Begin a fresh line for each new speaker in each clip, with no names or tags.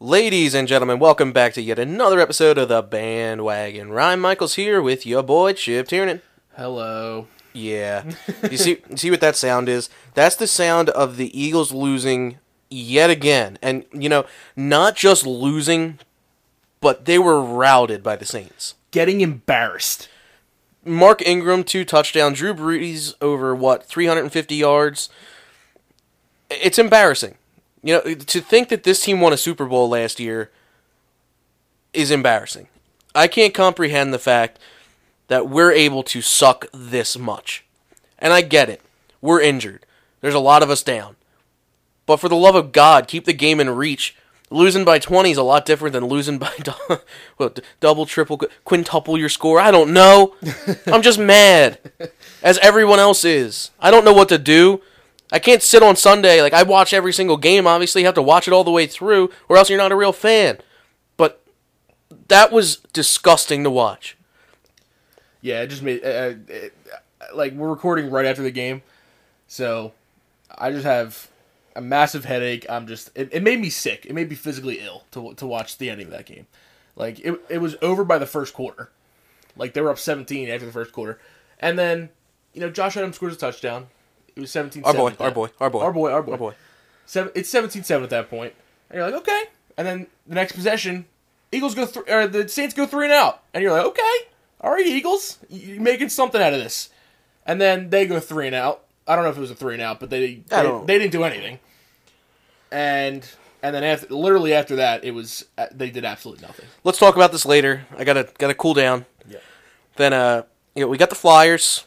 Ladies and gentlemen, welcome back to yet another episode of the Bandwagon. Ryan Michaels here with your boy Chip Tiernan.
Hello.
Yeah, you see, you see what that sound is? That's the sound of the Eagles losing yet again, and you know, not just losing, but they were routed by the Saints.
Getting embarrassed.
Mark Ingram two touchdown, Drew Brees over what 350 yards. It's embarrassing. You know, to think that this team won a Super Bowl last year is embarrassing. I can't comprehend the fact that we're able to suck this much. And I get it. We're injured. There's a lot of us down. But for the love of God, keep the game in reach. Losing by 20 is a lot different than losing by dou- well, d- double, triple, qu- quintuple your score. I don't know. I'm just mad, as everyone else is. I don't know what to do. I can't sit on Sunday. Like, I watch every single game, obviously. You have to watch it all the way through, or else you're not a real fan. But that was disgusting to watch.
Yeah, it just made uh, uh, it, like we're recording right after the game, so I just have a massive headache. I'm just it, it made me sick. It made me physically ill to to watch the ending of that game. Like it it was over by the first quarter. Like they were up 17 after the first quarter, and then you know Josh Adams scores a touchdown. It was 17.
Our boy, our boy, our boy,
our boy, our boy,
our Oh, boy.
Seven, it's 17-7 at that point, and you're like, okay. And then the next possession, Eagles go th- or the Saints go three and out, and you're like, okay, all right, Eagles, y- you're making something out of this. And then they go three and out. I don't know if it was a three and out, but they
I
they,
don't-
they didn't do anything. And and then after, literally after that, it was uh, they did absolutely nothing.
Let's talk about this later. I gotta gotta cool down.
Yeah.
Then uh, you know, we got the Flyers.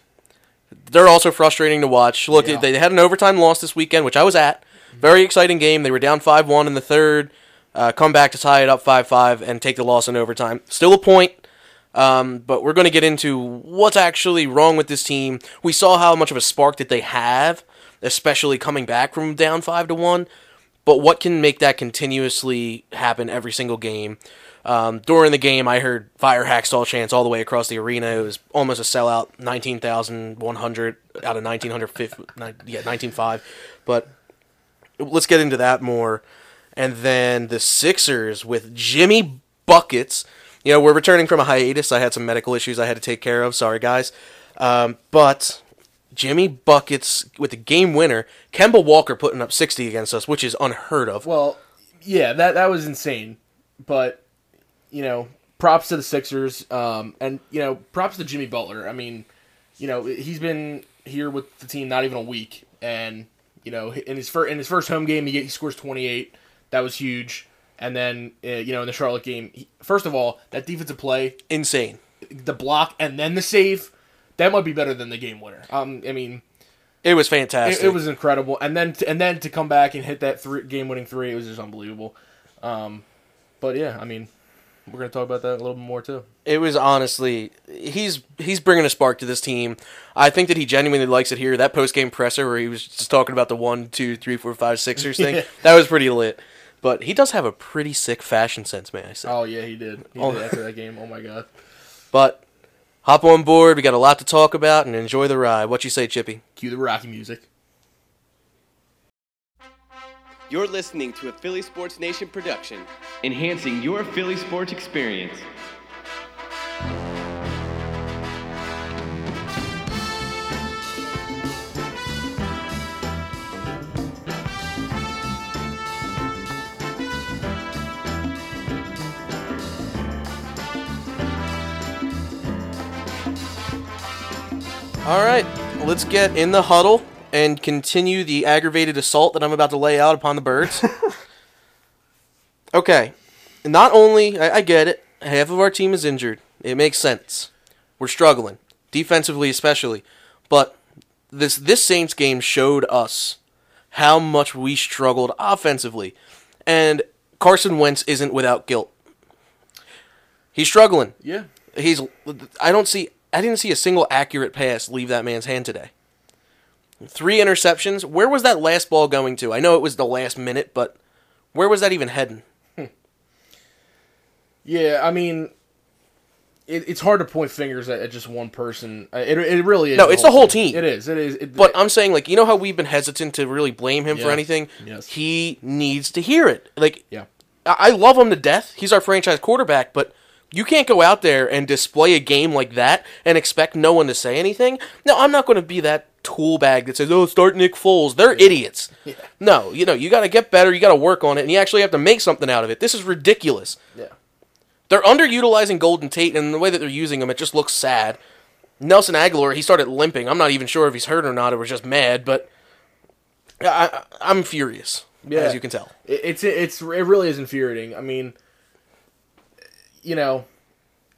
They're also frustrating to watch. Look,
Yeah.
they they had an overtime loss this weekend, which I was at. Very exciting game. They were down five one in the third. Uh, come back to tie it up five five and take the loss in overtime. Still a point. Um, but we're going to get into what's actually wrong with this team. We saw how much of a spark that they have, especially coming back from down five to one. But what can make that continuously happen every single game? Um, during the game, I heard fire hacksaw chants all the way across the arena. It was almost a sellout, nineteen thousand one hundred out of nineteen hundred fifty, yeah, nineteen five. But let's get into that more. And then the Sixers with Jimmy Buckets. You know, we're returning from a hiatus. I had some medical issues I had to take care of. Sorry, guys. Um, but Jimmy Buckets with the game winner. Kemba Walker putting up 60 against us, which is unheard of.
Well, yeah, that that was insane. But you know, props to the Sixers, um, and you know, props to Jimmy Butler. I mean, you know, he's been here with the team not even a week, and you know, in his first in his first home game, he get, he scores twenty eight. That was huge. And then uh, you know, in the Charlotte game, he, first of all, that defensive play,
Insane.
the block, and then the save, that might be better than the game winner. Um, I mean.
It was
It,
fantastic.
it was incredible, and then and then to come back and hit that three, game-winning three, it was just unbelievable. Um, but yeah, I mean, we're gonna talk about that a little bit more too.
it was honestly he's he's bringing a spark to this team. I think that he genuinely likes it here. That post game presser where he was just talking about the one, two, three, four, five, Sixers thing
Yeah.
that was pretty lit. But he does have a pretty sick fashion sense, may I say?
Oh yeah, he did. He
Oh.
did after that game. Oh my god.
But hop on board. We got a lot to talk about and enjoy the ride. What you say, Chippy?
Cue the Rocky music.
You're listening to a Philly Sports Nation production, enhancing your Philly sports experience.
All right, let's get in the huddle and continue the aggravated assault that I'm about to lay out upon the birds. okay, not only, I, I get it, half of our team is injured. It makes sense. We're struggling, defensively especially. But this, this Saints game showed us how much we struggled offensively. And Carson Wentz isn't without guilt. He's struggling
Yeah.
he's I don't see I didn't see a single accurate pass leave that man's hand today. Three interceptions. Where was that last ball going to? I know it was the last minute, but where was that even heading?
Yeah, I mean, it, it's hard to point fingers at, at just one person. Uh, It, it really is.
No, it's the whole team.
It is. It is. It,
But I'm saying like you know how we've been hesitant to really blame him for
Yeah.
anything?
Yes.
He needs to hear it. Like
yeah.
I I love him to death. He's our franchise quarterback, but you can't go out there and display a game like that and expect no one to say anything. No, I'm not going to be that tool bag that says, "Oh, start Nick Foles." They're idiots. No, you know, you got to get better. You got to work on it, and you actually have to make something out of it. This is ridiculous.
Yeah.
They're underutilizing Golden Tate, and the way that they're using him, it just looks sad. Nelson Aguilar, he started limping. I'm not even sure if he's hurt or not, or was just mad, but I, I, I'm furious,
Yeah.
as you can tell.
It- it's it's it really is infuriating. I mean, you know,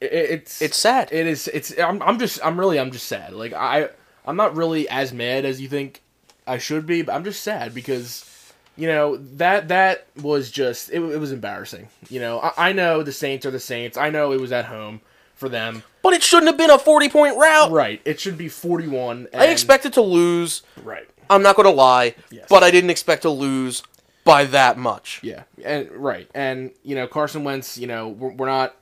it, it's
It's sad.
It is. It's. I'm. I'm just. I'm really. I'm just sad. Like I. I'm not really as mad as you think I should be, but I'm just sad because, you know, that that was just. It, it was embarrassing. You know, I, I know the Saints are the Saints. I know it was at home for them.
But it shouldn't have been a 40 point route.
Right. It should be 41. And,
I expected to lose.
Right.
I'm not going to lie,
Yes.
but I didn't expect to lose by that much.
Yeah, and right, and you know Carson Wentz. You know we're, we're not.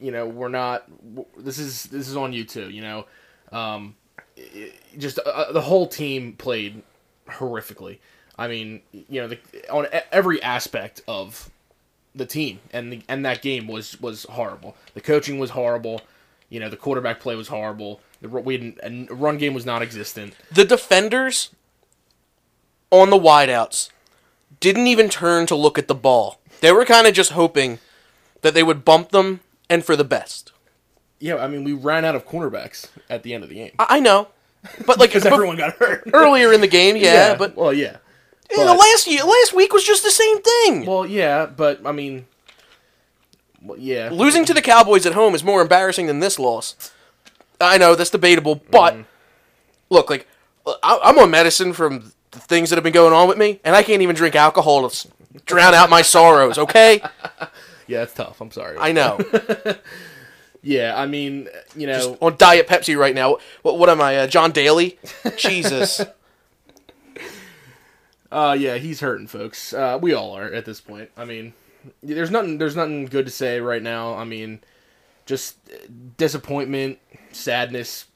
You know we're not. w this is this is on you too. You know, um, i- i- just uh, the whole team played horrifically. I mean, you know, the, on e- every aspect of the team and the, and that game was was horrible. The coaching was horrible. You know, the quarterback play was horrible. The ru- we didn't, and run game was non-existent.
The defenders on the wideouts didn't even turn to look at the ball. They were kind of just hoping that they would bump them and for the best.
Yeah, I mean, we ran out of cornerbacks at the end of the game
I, I know. But like
because everyone got hurt.
earlier in the game, yeah, but
well, yeah,
you know, last year, last week was just the same thing.
well, yeah, but I mean, well, yeah,
Losing to the Cowboys at home is more embarrassing than this loss. I know that's debatable, but
Mm.
look, like I, I'm on medicine from the things that have been going on with me, and I can't even drink alcohol to s- drown out my sorrows. Okay,
yeah, it's tough. I'm sorry.
I know.
yeah, I mean, you know,
on diet Pepsi right now. What, what am I, uh, John Daly? Jesus,
uh, yeah, he's hurting, folks. Uh, we all are at this point. I mean, there's nothing, there's nothing good to say right now. I mean, just disappointment, sadness,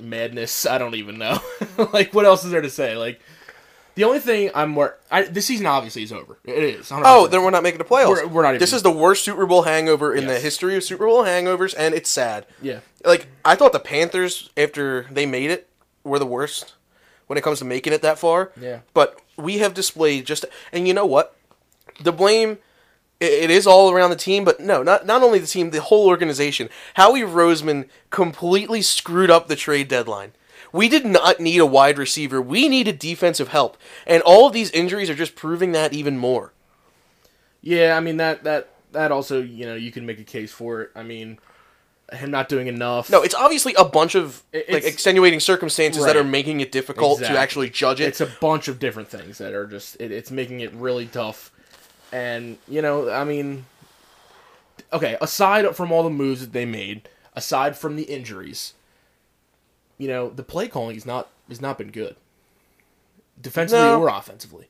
madness. I don't even know. like, what else is there to say? Like. The only thing I'm more I, this season obviously is over. It is. 100%.
Oh, then we're not making the playoffs.
We're- we're not
This
even-
is the worst Super Bowl hangover in the
Yes.
history of Super Bowl hangovers, and it's sad.
yeah,
Like I thought the Panthers, after they made it, were the worst when it comes to making it that far.
Yeah.
But we have displayed just, and you know what? The blame. i- It is all around the team, but no, not not only the team, the whole organization. Howie Roseman completely screwed up the trade deadline. We did not need a wide receiver. We needed defensive help, and all of these injuries are just proving that even more.
Yeah, I mean that that that also you know you can make a case for it. I mean, him not doing enough.
No, it's obviously a bunch of
It-
like
it's-
extenuating circumstances that are
Right.
making it difficult
Exactly.
to actually judge it.
it's a bunch of different things that are just it, it's making it really tough. And you know, I mean, okay, aside from all the moves that they made, aside from the injuries, you know, the play calling is not has not been good, defensively
No.
or offensively.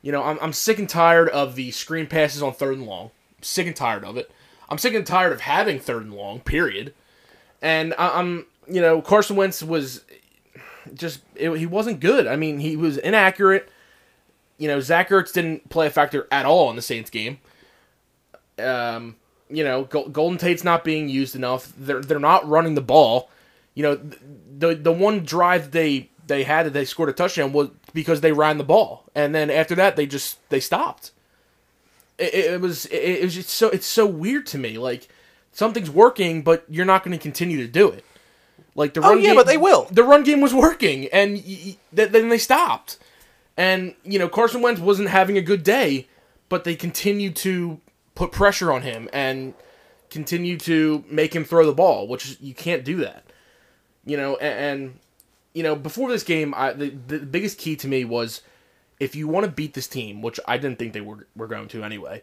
You know, I'm I'm sick and tired of the screen passes on third and long. I'm sick and tired of it. I'm sick and tired of having third and long. Period. And I, I'm, you know, Carson Wentz was just it, he wasn't good. I mean, he was inaccurate. You know, Zach Ertz didn't play a factor at all in the Saints game. Um, you know, Go- Golden Tate's not being used enough. They're they're not running the ball. You know, th- the the one drive they they had that they scored a touchdown was because they ran the ball, and then after that they just they stopped. It, it, it was it, it was just so it's so weird to me. Like something's working, but you're not going to continue to do it. Like the
Oh,
run
yeah,
game,
but they will.
The run game was working, and y- y- th- then they stopped. And you know Carson Wentz wasn't having a good day, but they continued to put pressure on him and continue to make him throw the ball, which is, you can't do that. You know, and, and you know before this game, I the, the biggest key to me was if you want to beat this team, which I didn't think they were were going to anyway.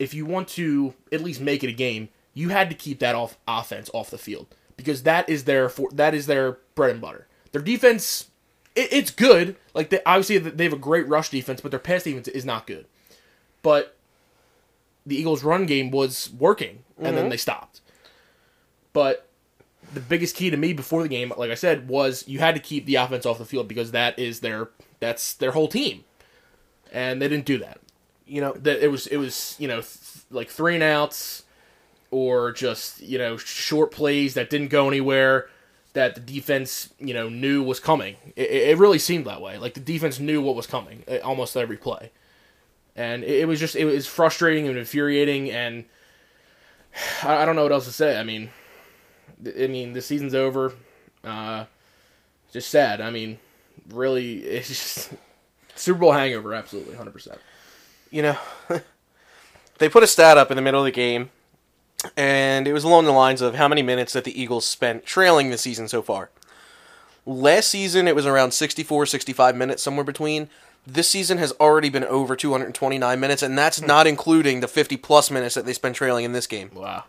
If you want to at least make it a game, you had to keep that off offense off the field because that is their for, that is their bread and butter. Their defense, it, it's good. Like they obviously they have a great rush defense, but their pass defense is not good. But the Eagles' run game was working, and then they stopped. But the biggest key to me before the game, like I said, was you had to keep the offense off the field because that is their that's their whole team, and they didn't do that.
You know,
that it was it was you know th- like three and outs or just you know short plays that didn't go anywhere that the defense you know knew was coming it, it it really seemed that way like the defense knew what was coming uh, almost every play and it, it was just it was frustrating and infuriating and I, I don't know what else to say i mean th- i mean the season's over uh just sad i mean really it's just super bowl hangover absolutely 100%
you know, they put a stat up in the middle of the game, and it was along the lines of how many minutes that the Eagles spent trailing the season so far. Last season, it was around 64, 65 minutes, somewhere between. This season has already been over 229 minutes, and that's not including the 50 plus minutes that they spent trailing in this game.
wow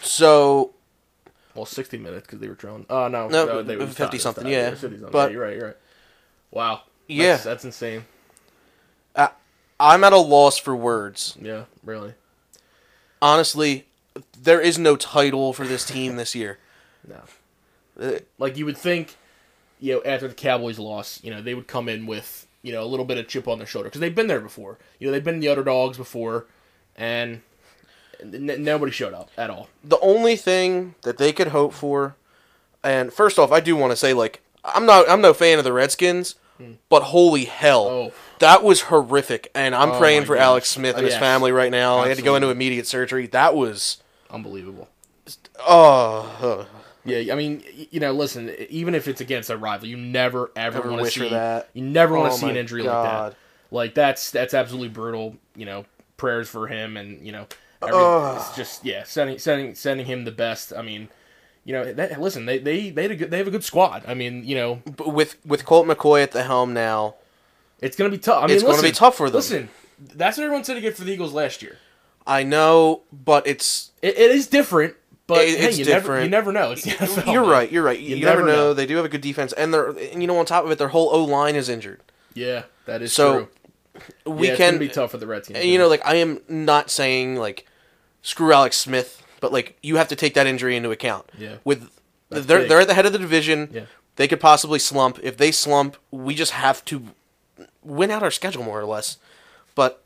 So,
Well, sixty minutes because they were trailing. Oh no,
No,
they
it
were
was 50
tied.
something,
Tied. They
yeah.
were 50 something.
But-
yeah, you're right, you're right. Wow.
Yeah.
that's, that's insane.
I'm at a loss for words.
Yeah, really.
Honestly, there is no title for this team this year.
No,
Uh,
like you would think, you know, after the Cowboys loss, you know, they would come in with you know a little bit of chip on their shoulder because they've been there before. You know, they've been the underdogs before, and n- nobody showed up at all.
the only thing that they could hope for and first off i do want to say like i'm not i'm no fan of the redskins but holy hell
Hmm. Oh.
that was horrific and i'm
Oh
praying
my
for
gosh.
alex smith and his
Yes.
family right now he had to go into
Absolutely.
immediate surgery that was
Unbelievable.
oh
Yeah, I mean, y- you know, listen, even if it's against a rival, you never ever,
Never
want to
wish for
see
that.
You never want
Oh
to see an
my
injury like
God.
that. Like that's that's absolutely brutal. You know, prayers for him, and you know, every,
Ugh.
it's just yeah, sending sending sending him the best. I mean, you know, that, listen, they they they had a good, they have a good squad. I mean, you know,
but with with colt mccoy at the helm now
it's gonna be tough. I mean,
It's gonna be
listen,
tough for them.
Listen, that's what everyone said to get for the Eagles last year.
i know but it's
It, it is different, but
It-
hey,
it's
you never
different.
you never know. It's the NFL,
you're
Oh, man.
right you're right you,
You
never,
never
know.
know.
they do have a good defense and they're and you know on top of it their whole o line is injured
Yeah, that is
So,
true.
we
yeah, it's
can
gonna be tough for the Redskins.
And, you know, like I am not saying like screw Alex Smith, but like you have to take that injury into account.
Yeah.
With
That's
they're
big.
they're at the head of the division.
Yeah.
They could possibly slump. If they slump, we just have to win out our schedule more or less. But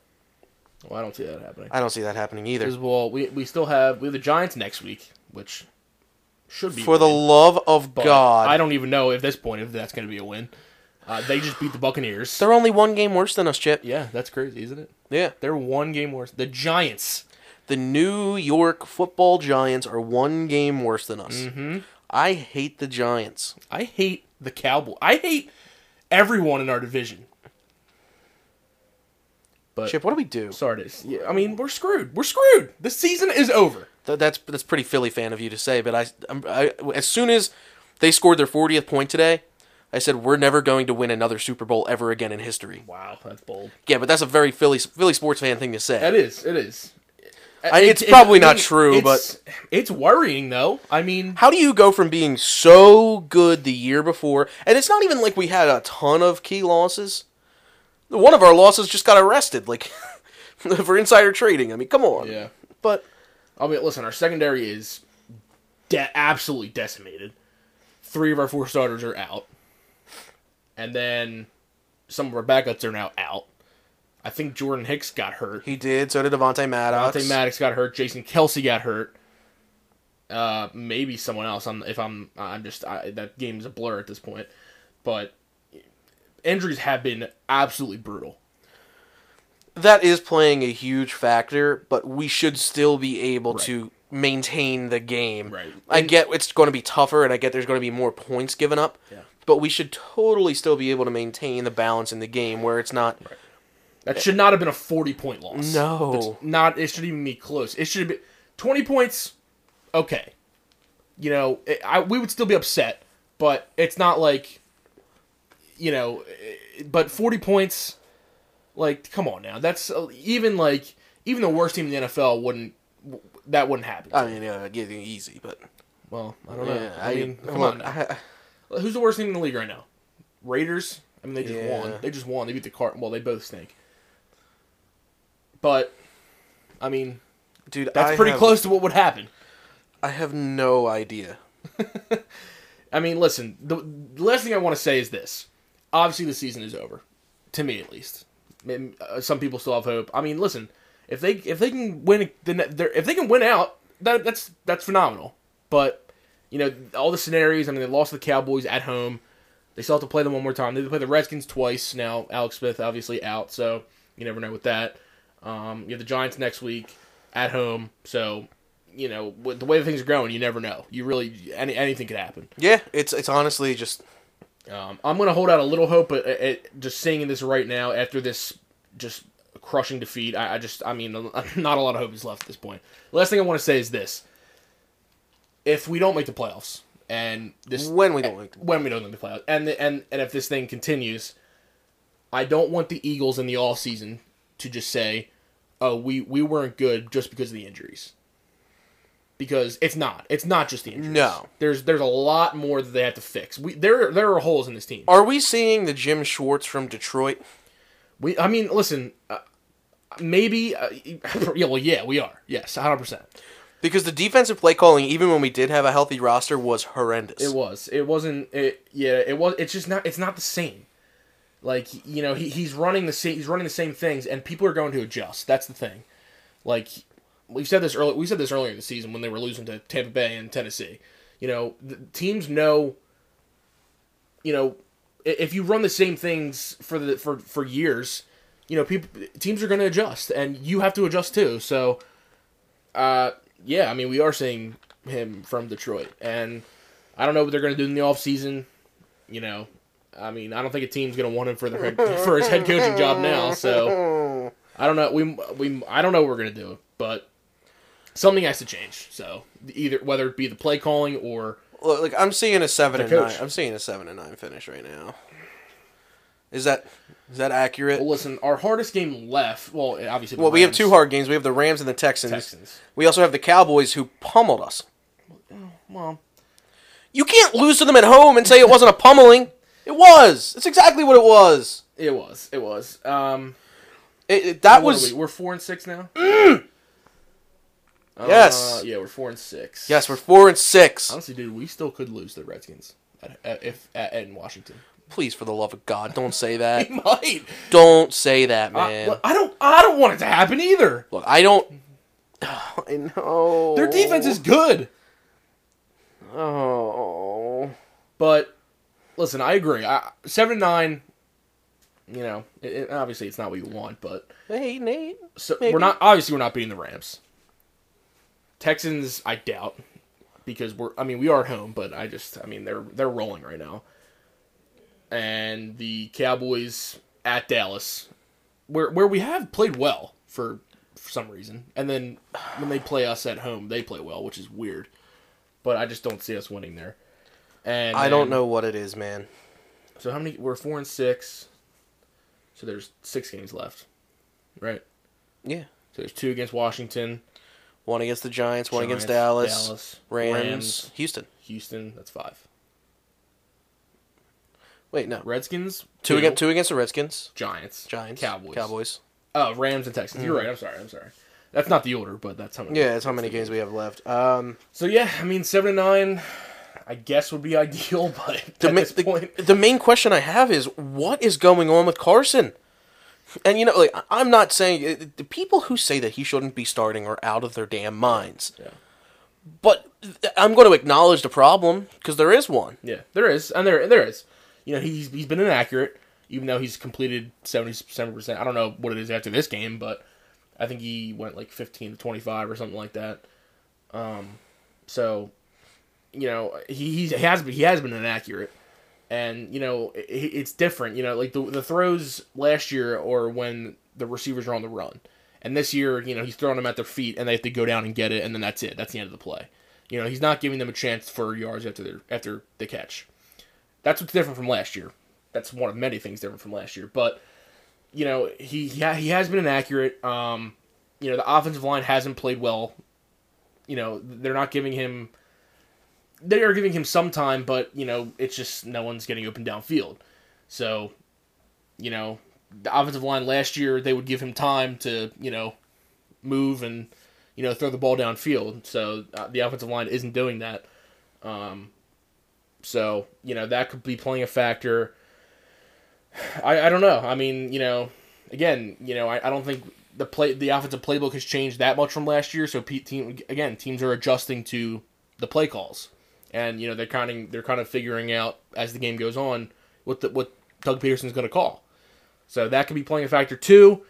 Well, I don't see that happening.
I don't see that happening either.
Because well, we we still have we have the Giants next week, which should be
For the
a win,
love of
but
God.
I don't even know at this point if that's going to be a win. Uh, they just beat the Buccaneers.
they're only one game worse than us, Chip.
yeah, that's crazy, isn't it?
Yeah.
They're one game worse. The Giants.
The New York football giants are one game worse than us. Mm-hmm. I hate the Giants.
I hate the Cowboy. I hate everyone in our division. But
Chip, what do we do?
sorry, it is. Yeah, I mean, we're screwed. We're screwed. The season is over.
Th- that's that's pretty Philly fan of you to say, but I, I'm- I as soon as they scored their 40th point today, I said we're never going to win another Super Bowl ever again in history.
Wow, that's bold.
Yeah, but that's a very Philly Philly sports fan thing to say.
That is. It is.
I-
It-
it's
it-
probably not
I mean,
true,
it's- it's worrying though. I mean,
How do you go from being so good the year before, and it's not even like we had a ton of key losses. One of our losses just got arrested, like for insider trading. I mean, come on.
yeah.
But
I mean, listen, our secondary is de- absolutely decimated. Three of our four starters are out, and then some of our backups are now out. I think Jordan Hicks got hurt.
he did. So did Devontae Maddox.
Dante Maddox got hurt. Jason Kelsey got hurt. Uh, maybe someone else. I'm if I'm I'm just I, that game's a blur at this point, but injuries have been absolutely brutal.
that is playing a huge factor, but we should still be able
Right.
to maintain the game.
Right.
I
And-
get it's going to be tougher, and I get there's going to be more points given up.
Yeah.
But we should totally still be able to maintain the balance in the game where it's not.
That should not have been a forty point loss.
No.
That's not. It shouldn't even be close. It should have been twenty points. Okay, you know, it, I, we would still be upset, but it's not like, you know, eh, but forty points. Like, come on now. That's uh, even like even the worst team in the NFL wouldn't w- that wouldn't happen.
I mean, uh, yeah, easy, but
well, I don't know.
yeah,
I, mean, come
look,
on. now.
I-
Who's the worst team in the league right now? Raiders. I mean, they just
Yeah.
won. They just won. They beat the Cart. Well, they both stink. But, I mean,
dude,
that's
I
pretty
have-
close to what would happen.
I have no idea.
I mean, listen. The, the last thing I want to say is this. Obviously, the season is over, to me at least. Mm, uh, Some people still have hope. I mean, listen, if they if they can win the ne- their- if they can win out, that that's that's phenomenal. But you know all the scenarios. I mean, they lost to the Cowboys at home. They still have to play them one more time. They play the Redskins twice now. Alex Smith obviously out, so you never know with that. Um, you have the Giants next week at home, so you know with the way things are going, you never know. You really any anything could happen.
Yeah, it's it's honestly just
Um, I'm going to hold out a little hope, but it, it, just seeing this right now after this just crushing defeat, I, I just, I mean, not a lot of hope is left at this point. Last thing I want to say is this: if we don't make the playoffs, and this
When we don't make the-
when we don't make the playoffs, and the, and and if this thing continues, I don't want the Eagles in the off season to just say, "Oh, we we weren't good just because of the injuries." Because it's not. It's not just the injuries.
No.
There's there's a lot more that they have to fix. We there there are holes in this team.
are we seeing the Jim Schwartz from Detroit?
We I mean, listen, uh, maybe uh, yeah, well yeah, we are. Yes, 100%.
Because the defensive play calling, even when we did have a healthy roster, was horrendous.
It was. It wasn't it yeah, it was it's just not it's not the same. Like, you know, he, he's running the same he's running the same things and people are going to adjust. That's the thing. Like we said this earlier we said this earlier in the season when they were losing to Tampa Bay and Tennessee. You know, the teams know you know, i- if you run the same things for the for for years, you know, people teams are going to adjust and you have to adjust too. So uh yeah, I mean, we are seeing him from Detroit and I don't know what they're going to do in the offseason. You know, I mean, I don't think a team's going to want him for their for his head coaching job now. So I don't know. We we I don't know what we're going to do, but something has to change. So either whether it be the play calling or
Look, like I'm seeing a seven and
Their
nine.
coach.
I'm seeing a seven and nine finish right now. Is that is that accurate?
well, listen, our hardest game left. Well, obviously, the
Well, we have
Rams,
two hard games. We have the Rams and the Texans.
Texans.
We also have the Cowboys who pummeled us.
Well,
You can't lose to them at home and say it wasn't a pummeling. It was. It's exactly what it was.
it was it was. Um,
It, it- that
what
was Mm.
are we? are four and six now. Uh,
Yes.
yeah, we're four and six.
yes. We're four and six.
Honestly, dude, we still could lose to the Redskins at, at, if at, in Washington.
Please, for the love of God, don't say that.
might.
don't say that,
I,
man.
look, I don't. I don't want it to happen either.
Look, I don't. I know
Their defense is good,
Oh,
but listen, I agree. I, seven to nine. You know, it, it- obviously it's not what you want, but
hey Nate.
so
Maybe.
we're not. Obviously, we're not beating the Rams. Texans, I doubt, because we're. I mean, we are home, but I just. I mean, they're they're rolling right now. And the Cowboys at Dallas, where where we have played well for for some reason, and then when they play us at home, they play well, which is weird. But I just don't see us winning there. And
I don't
then-
know what it is, man.
So how many? We're four and six. So there's six games left, right?
Yeah.
So there's two against Washington.
One against the Giants, one against
Giants,
Dallas,
Dallas,
Rams,
Rams.
Houston.
Houston, that's five.
Wait, no.
Redskins,
Two against two against the Redskins,
Giants,
Giants,
Cowboys,
Cowboys. Mm.
Oh, Rams and Texans. You're right. I'm sorry. I'm sorry. That's not the order, but that's how many.
Yeah, that's how many games we have left. Um,
So yeah, I mean seven and nine, I guess would be ideal, but
the,
at
ma-
this
the-
point,
the main question I have is what is going on with Carson? And you know, like I- I'm not saying uh, the people who say that he shouldn't be starting are out of their damn minds.
Yeah.
But th- I'm going to acknowledge the problem because there is one.
yeah, there is, and there there is. You know, he's he's been inaccurate, even though he's completed seventy seven percent. I don't know what it is after this game, but I think he went like fifteen to twenty five or something like that. Um, so you know he he's, he has been he has been inaccurate, and you know i i- it's different. You know, like the the throws last year or when the receivers are on the run, and this year you know he's throwing them at their feet and they have to go down and get it, and then that's it. That's the end of the play. You know, he's not giving them a chance for yards after their after the catch. That's what's different from last year. That's one of many things different from last year, but you know he he ha- he has been inaccurate. Um, you know the offensive line hasn't played well. You know they're not giving him. They are giving him some time, but you know it's just no one's getting open downfield. So, you know, the offensive line last year they would give him time to you know move and you know throw the ball downfield. So uh, the offensive line isn't doing that. Um, so you know that could be playing a factor. I, I don't know. I mean, you know, again, you know, I, I don't think the play the offensive playbook has changed that much from last year. So pe- team again, teams are adjusting to the play calls, and you know they're kind of they're kind of figuring out as the game goes on what the, what Doug Peterson's going to call. So that could be playing a factor too.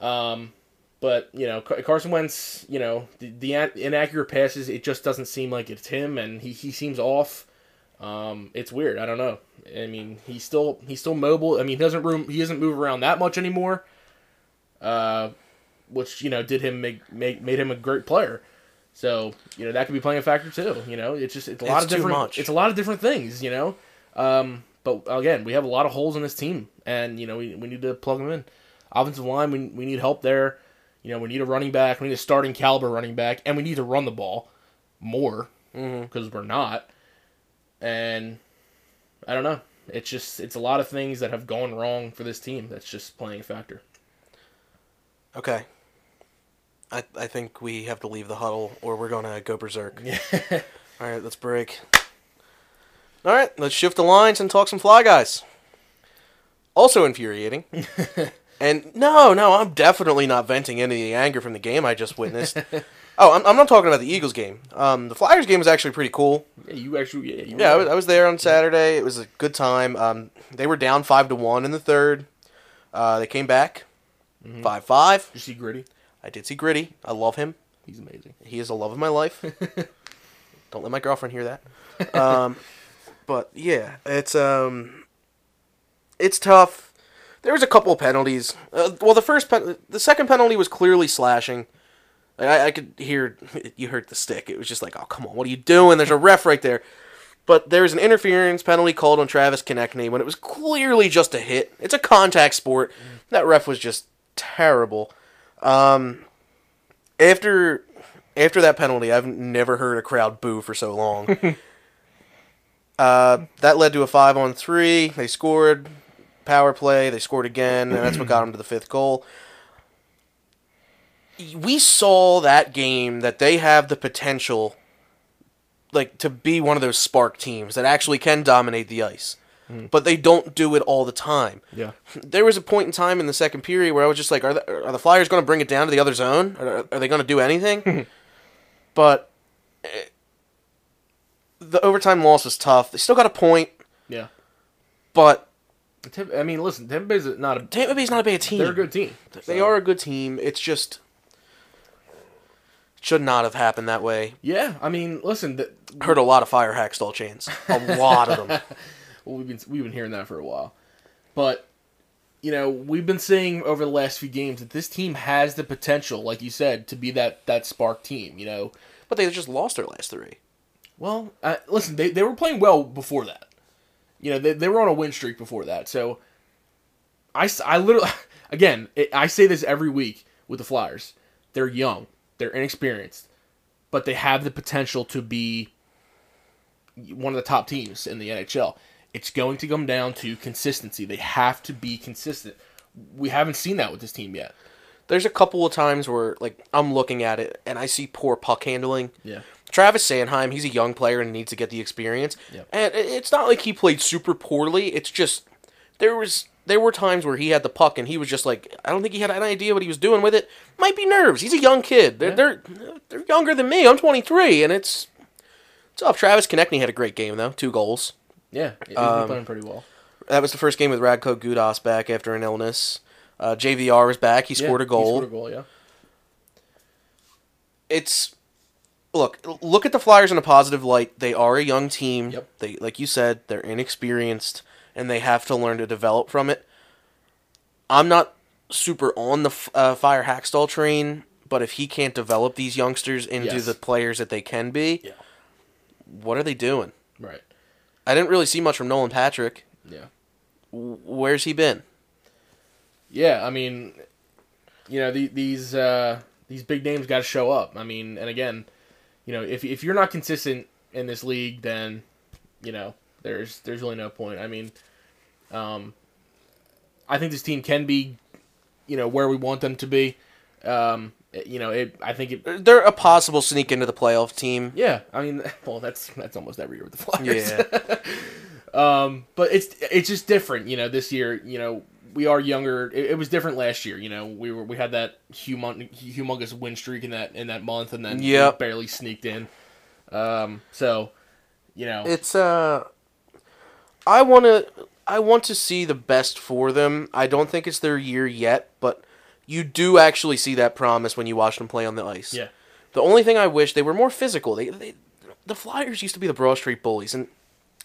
Um, but you know Car- Carson Wentz, you know the, the an- inaccurate passes, it just doesn't seem like it's him, and he, he seems off. Um, it's weird. I don't know. I mean, he's still he's still mobile. I mean, he doesn't room he doesn't move around that much anymore. Uh, which you know did him make, make made him a great player. So you know that could be playing a factor too. You know, it's just it's a
It's
lot of
too
different
much.
it's a lot of different things. You know, um, but again, we have a lot of holes in this team, and you know we, we need to plug them in. Offensive line, we we need help there. You know, we need a running back. We need a starting caliber running back, and we need to run the ball more
Mm-hmm.
because we're not. And I don't know. It's just it's a lot of things that have gone wrong for this team. That's just playing a factor.
Okay. I, I think we have to leave the huddle or we're going to go berserk. All right, let's break. All right, let's shift the lines and talk some Fly Guys. Also infuriating. and no, no, I'm definitely not venting any of the anger from the game I just witnessed. oh, I'm, I'm not talking about the Eagles game. Um, the Flyers game was actually pretty cool.
yeah, you actually yeah you
Yeah, I was, I was there on Saturday. It was a good time. Um, they were down five to one in the third. Uh, they came back five five.
you see gritty.
I did see Gritty. I love him.
He's amazing.
He is the love of my life. Don't let my girlfriend hear that. Um, but yeah, it's um, it's tough. There was a couple of penalties. Uh, well, the first pen- the second penalty was clearly slashing. Like, I, I could hear you heard the stick. It was just like, oh come on, what are you doing? There's a ref right there. But there was an interference penalty called on Travis Konechny when it was clearly just a hit. It's a contact sport. That ref was just terrible Um, after after that penalty, I've never heard a crowd boo for so long. uh, that led to a five on three. They scored power play. They scored again, and that's what got them to the fifth goal. We saw that game that they have the potential, like to be one of those spark teams that actually can dominate the ice, but they don't do it all the time
Yeah.
there was a point in time in the second period where I was just like, are the, are the Flyers going to bring it down to the other zone? Are, are they going to do anything? but eh, the overtime loss was tough. They still got a point,
Yeah.
but
Tim- I mean, listen, Tampa Bay's not a
Tampa Bay's not a bad team.
they're a good team.
They
So,
are a good team. It's just should not have happened that way.
Yeah, I mean, listen, th-
Heard a lot of fire hackstall chants. A lot of them.
well, we've been we've been hearing that for a while, but you know we've been saying over the last few games that this team has the potential, like you said, to be that that spark team. You know,
But they just lost their last three.
Well, uh, listen, they, they were playing well before that. You know, they, they were on a win streak before that. So, I, s- I literally, again, it, I say this every week with the Flyers. They're young, they're inexperienced, but they have the potential to be one of the top teams in the NHL. It's going to come down to consistency. They have to be consistent. We haven't seen that with this team yet.
There's a couple of times where like I'm looking at it and I see poor puck handling.
Yeah.
Travis Sanheim, he's a young player and needs to get the experience.
Yep.
And it- it's not like he played super poorly. It's just there was there were times where he had the puck and he was just like I don't think he had an idea what he was doing with it. Might be nerves. He's a young kid. They're they're, they're younger than me. I'm 23 and it's it's tough. Travis Konechny had a great game though, two goals.
Yeah. He's been
Um,
playing pretty well.
That was the first game with Radko Gudas back after an illness. Uh, JVR was back. He
Yeah,
scored a
he
goal.
scored a goal, yeah.
it's look look at the Flyers in a positive light. They are a young team.
Yep.
They like you said, they're inexperienced and they have to learn to develop from it. I'm not super on the f- uh, Fire Hackstall train, but if he can't develop these youngsters into
Yes.
the players that they can be,
Yeah.
what are they doing?
Right.
I didn't really see much from Nolan Patrick.
Yeah.
W- Where's he been?
Yeah, I mean, you know, the, these uh, these big names got to show up. I mean, and again, you know, if if you're not consistent in this league, then you know, there's there's really no point. I mean, um, I think this team can be, you know, where we want them to be. Um, it- you know, it. I think it.
They're a possible sneak into the playoff team.
Yeah, I mean, well, that's that's almost every year with the Flyers. Um,
Yeah.
but it's it's just different, you know. This year, you know, we are younger. It, it was different last year. You know, we were we had that humong, humongous win streak in that in that month, and then we
Yep.
barely sneaked in. Um, so you know,
It's uh I want to I want to see the best for them. I don't think it's their year yet, but you do actually see that promise when you watch them play on the ice.
yeah,
The only thing I wish they were more physical. They, they the Flyers used to be the Broad Street Bullies, and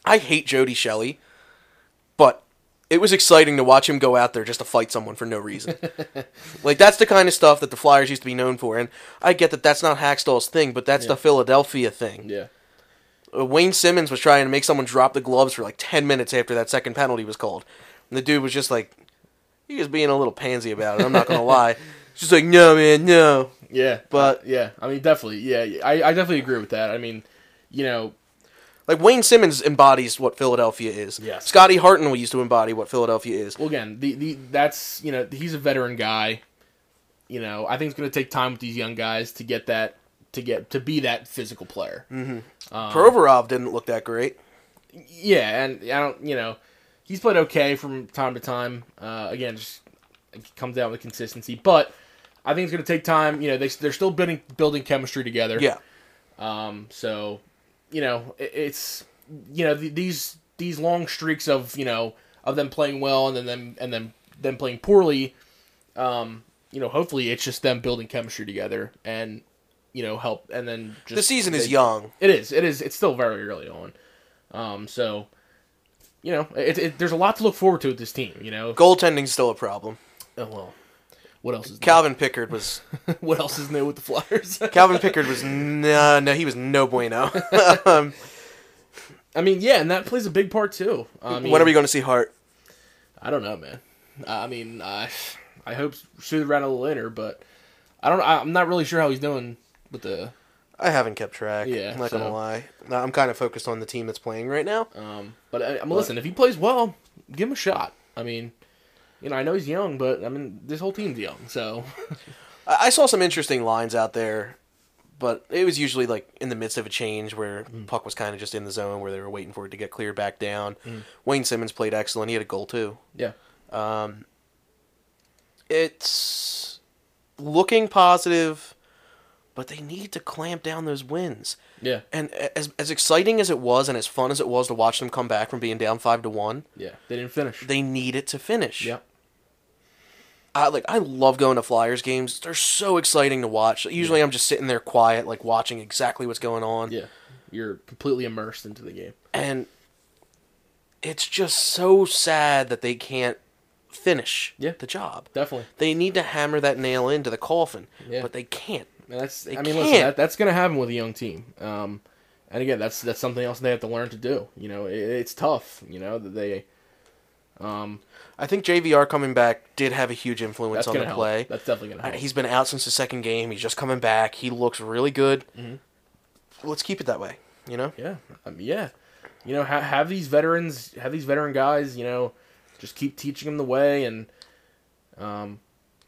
I hate Jody Shelley, but it was exciting to watch him go out there just to fight someone for no reason. like that's the kind of stuff that the Flyers used to be known for, and I get that that's not Hackstall's thing, but that's the Philadelphia thing.
yeah,
Uh, Wayne Simmons was trying to make someone drop the gloves for like ten minutes after that second penalty was called, and the dude was just like, he was being a little pansy about it. I'm not gonna lie. He's Just like, no, man, no.
yeah.
But-
yeah, I mean, definitely, yeah. I, I definitely agree with that. I mean, you know,
Like Wayne Simmons embodies what Philadelphia is.
Yes.
Scotty Hartnell used to embody what Philadelphia is.
well, again, the, the that's you know he's a veteran guy. You know, I think it's going to take time with these young guys to get that to get to be that physical player. Um,
Provorov didn't look that great.
Yeah, and I don't, you know, he's played okay from time to time. Uh, again, just it comes down with consistency, but I think it's going to take time. You know, they they're still building building chemistry together.
Yeah.
Um. So, you know, it, it's you know th- these these long streaks of you know of them playing well and then them and then them playing poorly. Um. You know, hopefully it's just them building chemistry together and you know help and then just
The season is
they-
young.
it is. It is. It's still very early on. Um, so, you know, it, it, there's a lot to look forward to with this team. You know,
Goaltending's still a problem.
oh, well, what else is
Calvin Pickard was
new? what else is new with the Flyers?
Calvin Pickard was no no he was no bueno. um,
I mean, yeah, and that plays a big part too. I mean,
when are we going to see Hart?
I don't know, man. I mean, I I hope sooner rather than later, but I don't. I, I'm not really sure how he's doing with the.
I haven't kept track.
Yeah,
I'm not
so-
gonna lie. No, I'm kind of focused on the team that's playing right now.
Um, but I, I mean, listen, if he plays well, give him a shot. I mean, you know, I know he's young, but I mean, this whole team's young, so
I I saw some interesting lines out there, but it was usually like in the midst of a change where
Mm.
puck was kind of just in the zone where they were waiting for it to get cleared back down.
Mm.
Wayne Simmons played excellent. He had a goal too.
yeah.
It's looking positive, but they need to clamp down those wins.
Yeah,
And a- as as exciting as it was and as fun as it was to watch them come back from being down 5 to 1,
yeah. They didn't finish.
they need it to finish.
Yep.
I like I love going to Flyers games. They're so exciting to watch. Usually I'm just sitting there quiet like watching exactly what's going on.
Yeah. You're completely immersed into the game.
and it's just so sad that they can't finish
Yeah.
the job.
Definitely.
They need to hammer that nail into the coffin,
Yeah.
but they can't.
And that's
They
I mean, listen,
can't.
that, that's going to happen with a young team. Um, and again, that's that's something else they have to learn to do. You know, it, it's tough. You know that they
I think JVR coming back did have a huge influence
that's
on
going
the
to help.
play.
That's definitely going to
Uh,
help.
He's been out since the second game. He's just coming back. He looks really good.
Mm-hmm.
Let's keep it that way, you know?
yeah, I mean, yeah. You know, ha- have these veterans, have these veteran guys. You know, just keep teaching them the way, and um,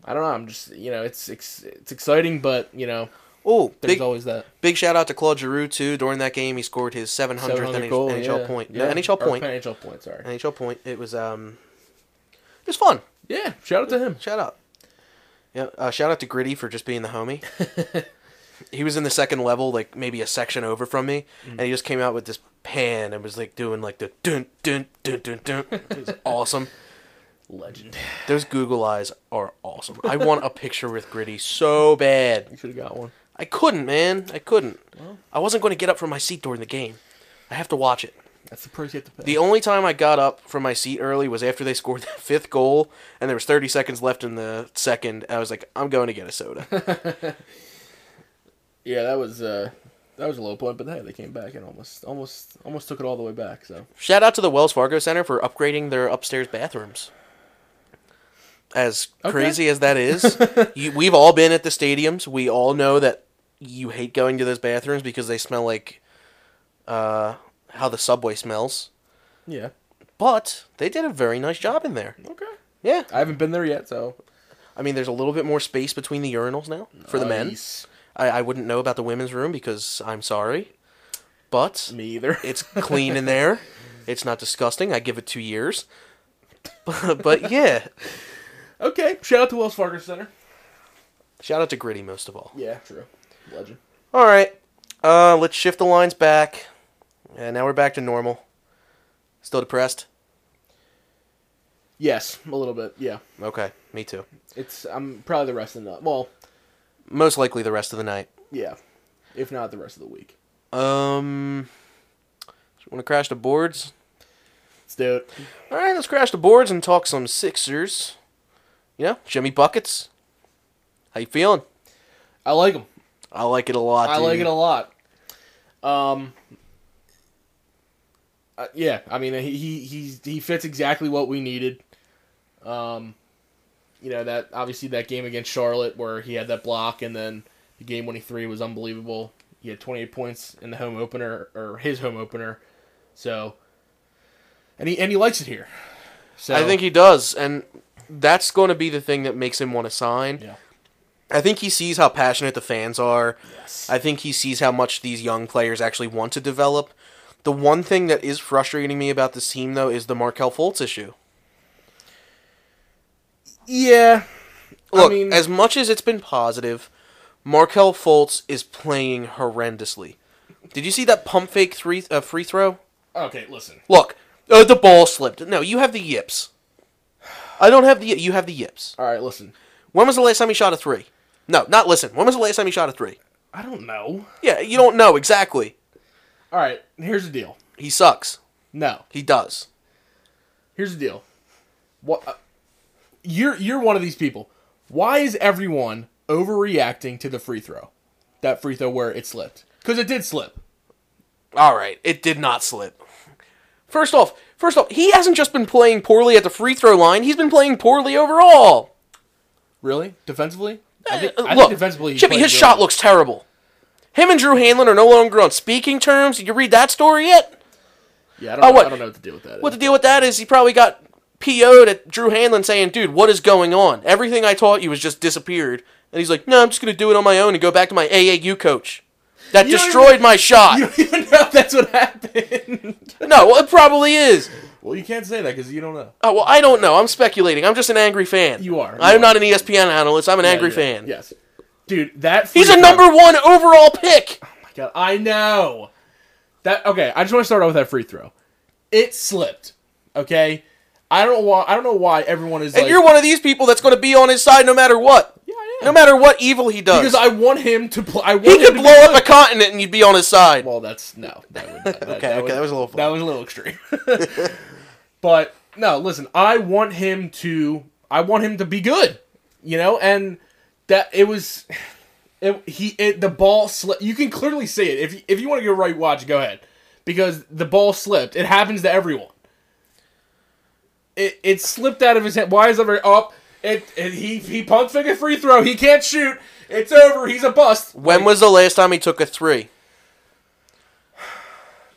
I don't know. I'm just you know, it's it's, it's exciting, but you know,
Oh,
there's
big,
always that
big shout out to Claude Giroux, too. During that game, he scored his 700th
700
NH-
goal,
NHL
yeah,
point.
yeah.
No, NHL
Or
point.
NHL point. Sorry.
NHL point. It was, um, it was fun.
Yeah, shout out to him.
Shout out. Yeah, uh, shout out to Gritty for just being the homie. he was in the second level, like maybe a section over from me,
Mm-hmm.
and he just came out with this pan and was like doing like the dun dun dun dun dun. It was awesome.
Legend.
Those Google eyes are awesome. I want a picture with Gritty so bad.
You should have got one.
I couldn't, man. I couldn't. I wasn't going to get up from my seat during the game. I have to watch it.
That's the price you have to pay.
The only time I got up from my seat early was after they scored that fifth goal, and there was 30 seconds left in the second. I was like, I'm going to get a soda.
yeah, that was uh, that was a low point, but hey, they came back and almost, almost, almost took it all the way back. So
Shout out to the Wells Fargo Center for upgrading their upstairs bathrooms. As
Okay.
crazy as that is, you, we've all been at the stadiums. We all know that you hate going to those bathrooms because they smell like uh, how the subway smells.
yeah,
But they did a very nice job in there.
okay.
Yeah.
I haven't been there yet, so
I mean, there's a little bit more space between the urinals now for
uh,
the men.
Nice.
I, I wouldn't know about the women's room because I'm sorry. But
Me either.
it's clean in there. It's not disgusting. I give it two years. but yeah,
Okay, shout out to Wells Fargo Center.
shout out to Gritty most of all.
Yeah, true. Legend.
All right. Uh, let's shift the lines back. And now we're back to normal. Still depressed?
Yes, a little bit. Yeah,
Okay, me too.
it's I'm probably the rest of the night. Well,
Most likely the rest of the night.
yeah, if not the rest of the week.
Um, want to crash the boards?
Let's do it.
All right, let's crash the boards and talk some Sixers. You know, Jimmy buckets. How you feeling?
I like him.
I like it a lot.
I like
dude.
it a lot. Um. uh, yeah, I mean he he he's, he fits exactly what we needed. Um, you know that obviously that game against Charlotte where he had that block and then the game winning three was unbelievable. He had 28 points in the home opener or his home opener, so. And he and he likes it here. So
I think he does, and that's going to be the thing that makes him want to sign.
yeah.
I think he sees how passionate the fans are.
Yes.
I think he sees how much these young players actually want to develop. The one thing that is frustrating me about this team, though, is the Markel Fultz issue.
yeah.
Look,
I mean,
as much as it's been positive, Markel Fultz is playing horrendously. Did you see that pump fake three uh, free throw?
okay, listen.
Look, uh, the ball slipped. No, you have the yips. I don't have the. You have the yips.
All right, listen.
When was the last time he shot a three? No, not listen. When was the last time he shot a three?
I don't know.
Yeah, you don't know exactly.
All right, here's the deal.
He sucks.
No,
He does.
here's the deal. What uh, you're you're one of these people. Why is everyone overreacting to the free throw? That free throw where it slipped because it did slip.
All right, it did not slip. First off, first off, he hasn't just been playing poorly at the free throw line. He's been playing poorly overall.
Really, defensively? I think,
Uh,
I think
Look,
defensively, he
Chippy,
played
his
really
shot
well.
looks terrible. Him and Drew Hanlon are no longer on speaking terms. Did you read that story yet?
Yeah, I don't,
Oh,
know,
what-
I don't know what to do with that.
What the deal with that is, he probably got PO'd at Drew Hanlon saying, dude, what is going on? Everything I taught you has just disappeared. And he's like, no, I'm just going to do it on my own and go back to my AAU coach. That
don't
destroyed my shot.
you don't even know if that's what happened.
no, well, it probably is.
well, you can't say that because you don't know.
Oh, well, I don't know. I'm speculating. I'm just an angry fan.
You are.
I
You
am not an E ESPN analyst. I'm an angry
Yeah, yeah,
fan.
Yes, dude, that free
He's a
throw-
number one overall pick.
God, I know. That okay, I just want to start off with that free throw. It slipped. Okay? I don't want I don't know why everyone is
And
like
you're one of these people that's going to be on his side no matter what.
Yeah, I am.
No matter what evil he does.
because I want him to play I want
he
him
could
to
blow
be-
up a continent and you'd be on his side.
Well, that's no. That would, that,
Okay, okay, that was a little far.
That was a little extreme. but no, listen, I want him to I want him to be good. You know, and that it was it, he it, the ball slipped. You can clearly see it. If you, if you want to go right watch, go ahead. Because the ball slipped. It happens to everyone. It it slipped out of his hand. Why is it up? It, it he he pump fake a free throw. He can't shoot. It's over. He's a bust.
when was the last time he took a three?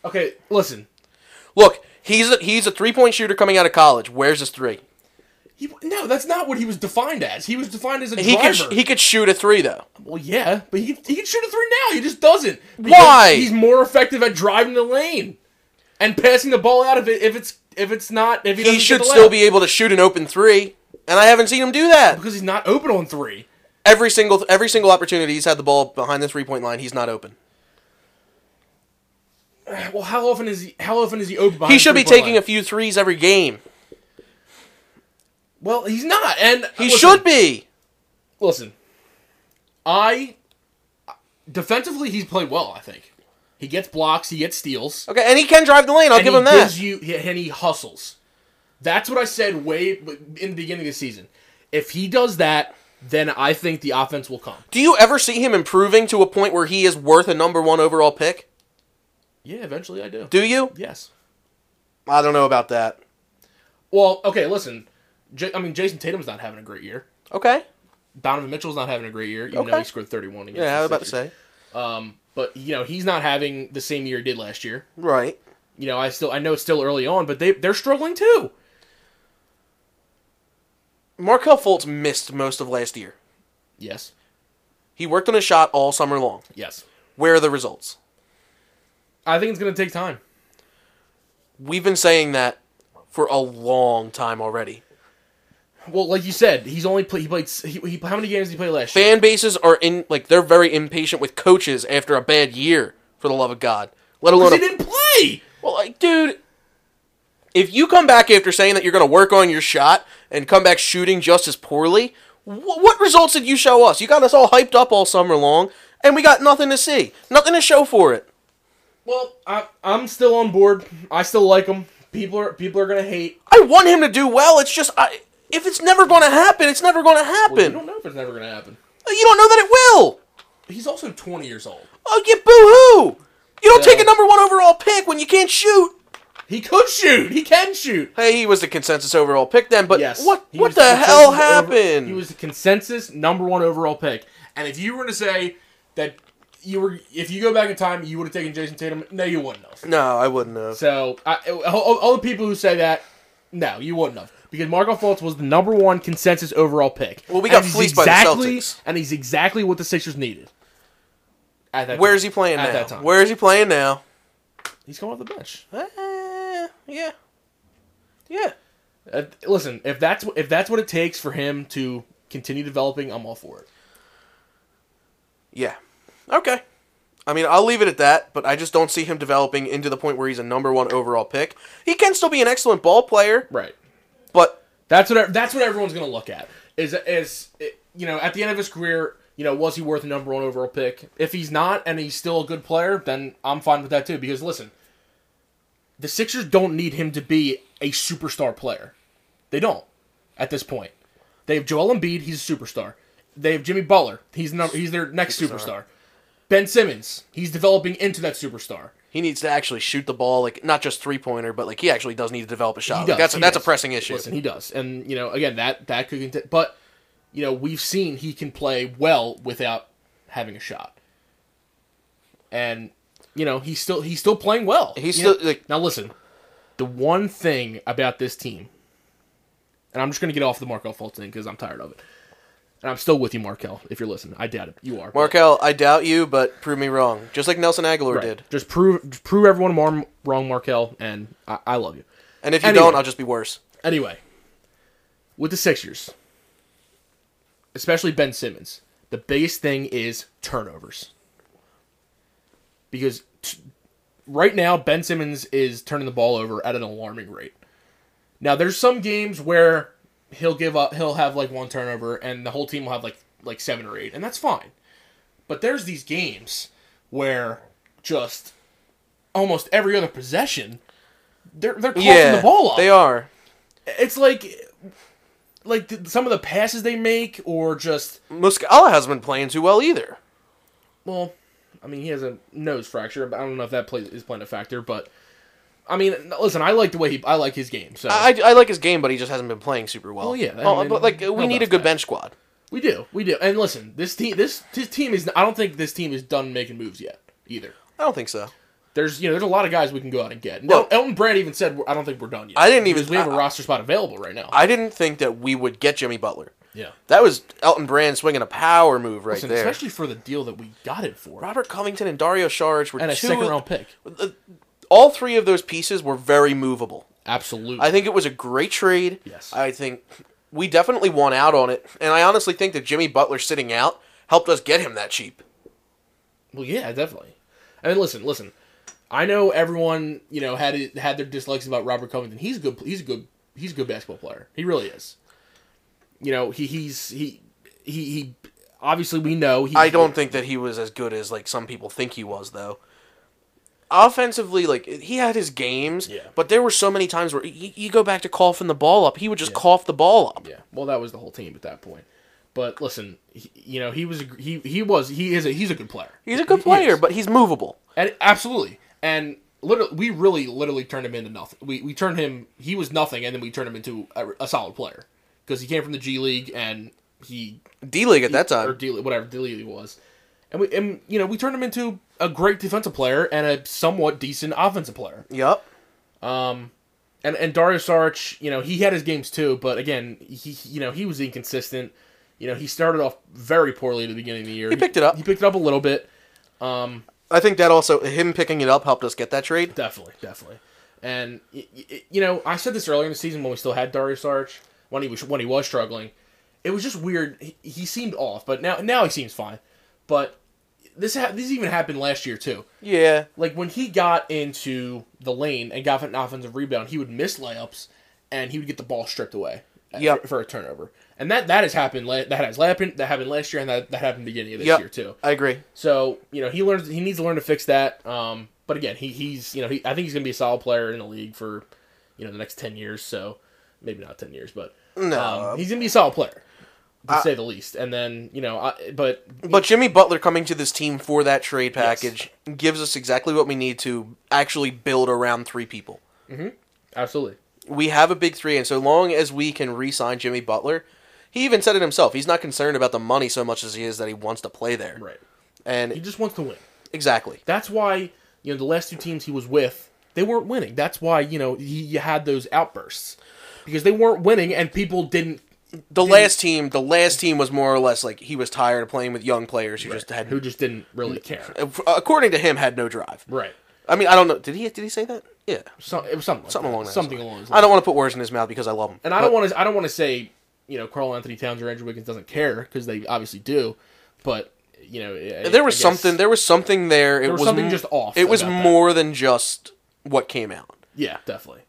Okay, listen.
Look, he's a, he's a three point shooter coming out of college. Where's his three?
He, no, that's not what he was defined as. He was defined as a
He
driver.
could sh- he could shoot a three though.
well, yeah, but he, he can shoot a three now. He just doesn't. Because
Why?
He's more effective at driving the lane and passing the ball out of it if it's if it's not if he,
He
doesn't get
should
the
still
layup.
be able to shoot an open three, and I haven't seen him do that.
because he's not open on three.
Every single every single opportunity he's had the ball behind the three point line, he's not open.
Well, how often is he? How often is he open? Behind
He should be taking a
a.
few threes every game.
Well, he's not, and
He should be.
Listen, I defensively he's played well. I think he gets blocks, he gets steals.
Okay, and he can drive the lane. I'll
and
give
he
him that.
Gives you, he- and he hustles. That's what I said way in the beginning of the season. If he does that, then I think the offense will come.
Do you ever see him improving to a point where he is worth a number one overall pick?
Yeah, eventually I do.
Do you?
Yes.
I don't know about that.
Well, okay, listen. J- I mean, Jason Tatum's not having a great year.
Okay.
Donovan Mitchell's not having a great year, even though
Okay.
he scored 31 against
Yeah, I
the
was about to
Sixers.
say.
But, you know, he's not having the same year he did last year.
Right.
You know, I still I know it's still early on, but they they're struggling too.
Markel Fultz missed most of last year.
Yes.
He worked on his shot all summer long.
Yes.
Where are the results?
I think it's going to take time.
We've been saying that for a long time already.
Well, like you said, he's only played. He played. s- He, he, how many games did he play last year?
Fan bases are in like they're very impatient with coaches after a bad year. For the love of God, let alone
Because
a
he didn't play.
Well, like, dude, if you come back after saying that you're going to work on your shot and come back shooting just as poorly, wh- what results did you show us? You got us all hyped up all summer long, and we got nothing to see, nothing to show for it.
Well, I, I'm still on board. I still like him. People are people are gonna hate.
I want him to do well. It's just, I, if it's never going to happen, it's never going to
Well, you
happen.
don't know if it's never gonna happen.
you don't know that it will.
He's also 20 years old.
Oh, yeah, boo hoo. You don't
Yeah.
take a number one overall pick when you can't shoot.
He could shoot. He can shoot.
Hey, he was the consensus overall pick then, but
Yes.
what
He
what
was
the
consensus
hell
over-
happened?
he was the consensus number one overall pick. And if you were to say that you were, if you go back in time, you would have taken Jason Tatum. No, you wouldn't have.
no, I wouldn't have.
So I, all, all- all the people who say that, no, you wouldn't have. Because Marco Fultz was the number one consensus overall pick.
Well, we
And
got
he's
fleeced by the Celtics.
And he's exactly what the Sixers needed. At that
Where
time.
is he playing
At
now?
that time.
Where is he playing now?
He's going off the bench.
Uh, yeah, yeah.
Uh, listen, if that's wh- if that's what it takes for him to continue developing, I'm all for it.
Yeah. Okay. I mean, I'll leave it at that, but I just don't see him developing into the point where he's a number one overall pick. He can still be an excellent ball player,
Right.
but
That's what that's what everyone's gonna look at. Is is you know at the end of his career, you know, was he worth a number one overall pick? If he's not, and he's still a good player, then I'm fine with that too. Because listen, the Sixers don't need him to be a superstar player. They don't at this point. They have Joel Embiid. He's a superstar. They have Jimmy Butler. He's number, he's their next superstar. Ben Simmons. He's developing into that superstar.
he needs to actually shoot the ball, like not just three pointer, but like he actually does need to develop a shot. Like,
does,
that's
he
that's
does.
a pressing issue.
Listen, he does, and you know, again, that that could, cont- but you know, we've seen he can play well without having a shot, and you know, he's still he's still playing well.
He's
You know-
still, like-
now listen, the one thing about this team, and I'm just gonna get off the Markel Fultz thing because I'm tired of it, and I'm still with you, Markel. If you're listening, I doubt it. You are but-
Markel, I doubt you, but prove me wrong. Just like Nelson Aguilar
Right.
did.
Just prove just prove everyone mar- wrong, Markel, and I, I love you.
And if you
Anyway.
don't, I'll just be worse.
Anyway, with the Sixers, especially Ben Simmons, the biggest thing is turnovers. Because t- right now, Ben Simmons is turning the ball over at an alarming rate. Now, there's some games where he'll give up, he'll have like one turnover, and the whole team will have like like seven or eight, and that's fine. But there's these games where just almost every other possession, they're they're coughing
Yeah,
the ball up
they are.
it's like like th- some of the passes they make or just
Muscala hasn't been playing too well either.
well i mean he has a nose fracture but i don't know if that plays is playing a factor but i mean n- listen i like the way he i like his game so
I, I like his game, but he just hasn't been playing super well.
Oh, yeah, I
Oh,
mean,
but like
how
we need a
about
good
that?
bench squad.
we do we do and listen this team this this team is i don't think this team is done making moves yet either
I don't think so.
there's you know there's a lot of guys we can go out and get no
Look-
elton brand even said "We're- i don't think we're done yet
I didn't even-
Because we have a
I-
roster spot available right now
I didn't think that we would get Jimmy Butler.
yeah
That was Elton Brand swinging a power move right
Listen,
there.
especially for the deal that we got it for
Robert Covington and Dario Saric were
and a
two.
second round pick
All three of those pieces were very movable.
absolutely
I think it was a great trade.
Yes.
I think we definitely won out on it, and I honestly think that Jimmy Butler sitting out helped us get him that cheap.
Well, yeah, definitely. I mean, listen, listen. I know everyone, you know, had had their dislikes about Robert Covington. He's a good. He's a good. He's a good basketball player. He really is. You know, he he's he he he. Obviously, we know he.
I don't think that he was as good as like some people think he was though. Offensively, like he had his games,
Yeah.
but there were so many times where you, you go back to coughing the ball up, he would just cough the ball up.
Yeah. Well, that was the whole team at that point. But listen, he, you know, he was a gr- he he was he is a he's a good player.
He's a good
He is.
player, but he's movable.
And absolutely. And literally, we really literally turned him into nothing. We we turned him. He was nothing, and then we turned him into a, a solid player because he came from the G League and he
D League at that
or
time.
D whatever D League he was, and we and you know we turned him into a great defensive player and a somewhat decent offensive player.
Yep.
And and Dario Saric, you know, he had his games too, but again, he he- you know he was inconsistent. You know, he started off very poorly at the beginning of the year. He
picked it up.
He picked it up a little bit.
I think that also him picking it up helped us get that trade.
Definitely, definitely. And y- y- you know, I said this earlier in the season when we still had Darius Sarge when he was when he was struggling. It was just weird. He, he seemed off, but now now he seems fine. But this ha- this even happened last year too.
Yeah.
Like when he got into the lane and got an offensive rebound, he would miss layups and he would get the ball stripped away uh,
Yep.
for, for a turnover. And that that has happened. la- That has happened. That happened last year, and that, that happened beginning of this
Yep.
year too.
I agree.
So you know he learns he needs to learn to fix that. Um, but again, he, he's you know he, I think he's gonna be a solid player in the league for you know the next ten years. So maybe not ten years, but
No.
um, he's gonna be a solid player to say the least. And then you know, I, but
But Jimmy Butler coming to this team for that trade package gives us exactly what we need to actually build around three people.
absolutely,
We have a big three, and so long as we can re sign Jimmy Butler, he even said it himself. He's not concerned about the money so much as he is that he wants to play there.
right? He
And
just wants to win.
exactly.
That's why you know the last two teams he was with they weren't winning. That's why you know he, you had those outbursts because they weren't winning and people didn't
The last team, the last team was more or less like he was tired of playing with young players who just had, uh,
who just didn't really care.
according to him, had no drive.
Right.
I mean, I don't know. Did he? Did he say that? Yeah,
So, it was something like
something
that.
along that.
something along those lines.
I don't want to put words in his mouth because I love him.
And I don't want to. I don't want to say you know Carl Anthony Towns or Andrew Wiggins doesn't care because they obviously do, but you know I-
there
I
was
guess-
something. There was something there. It
was
was
something
m-
just off
It was
about that.
more than just what came out.
yeah, definitely.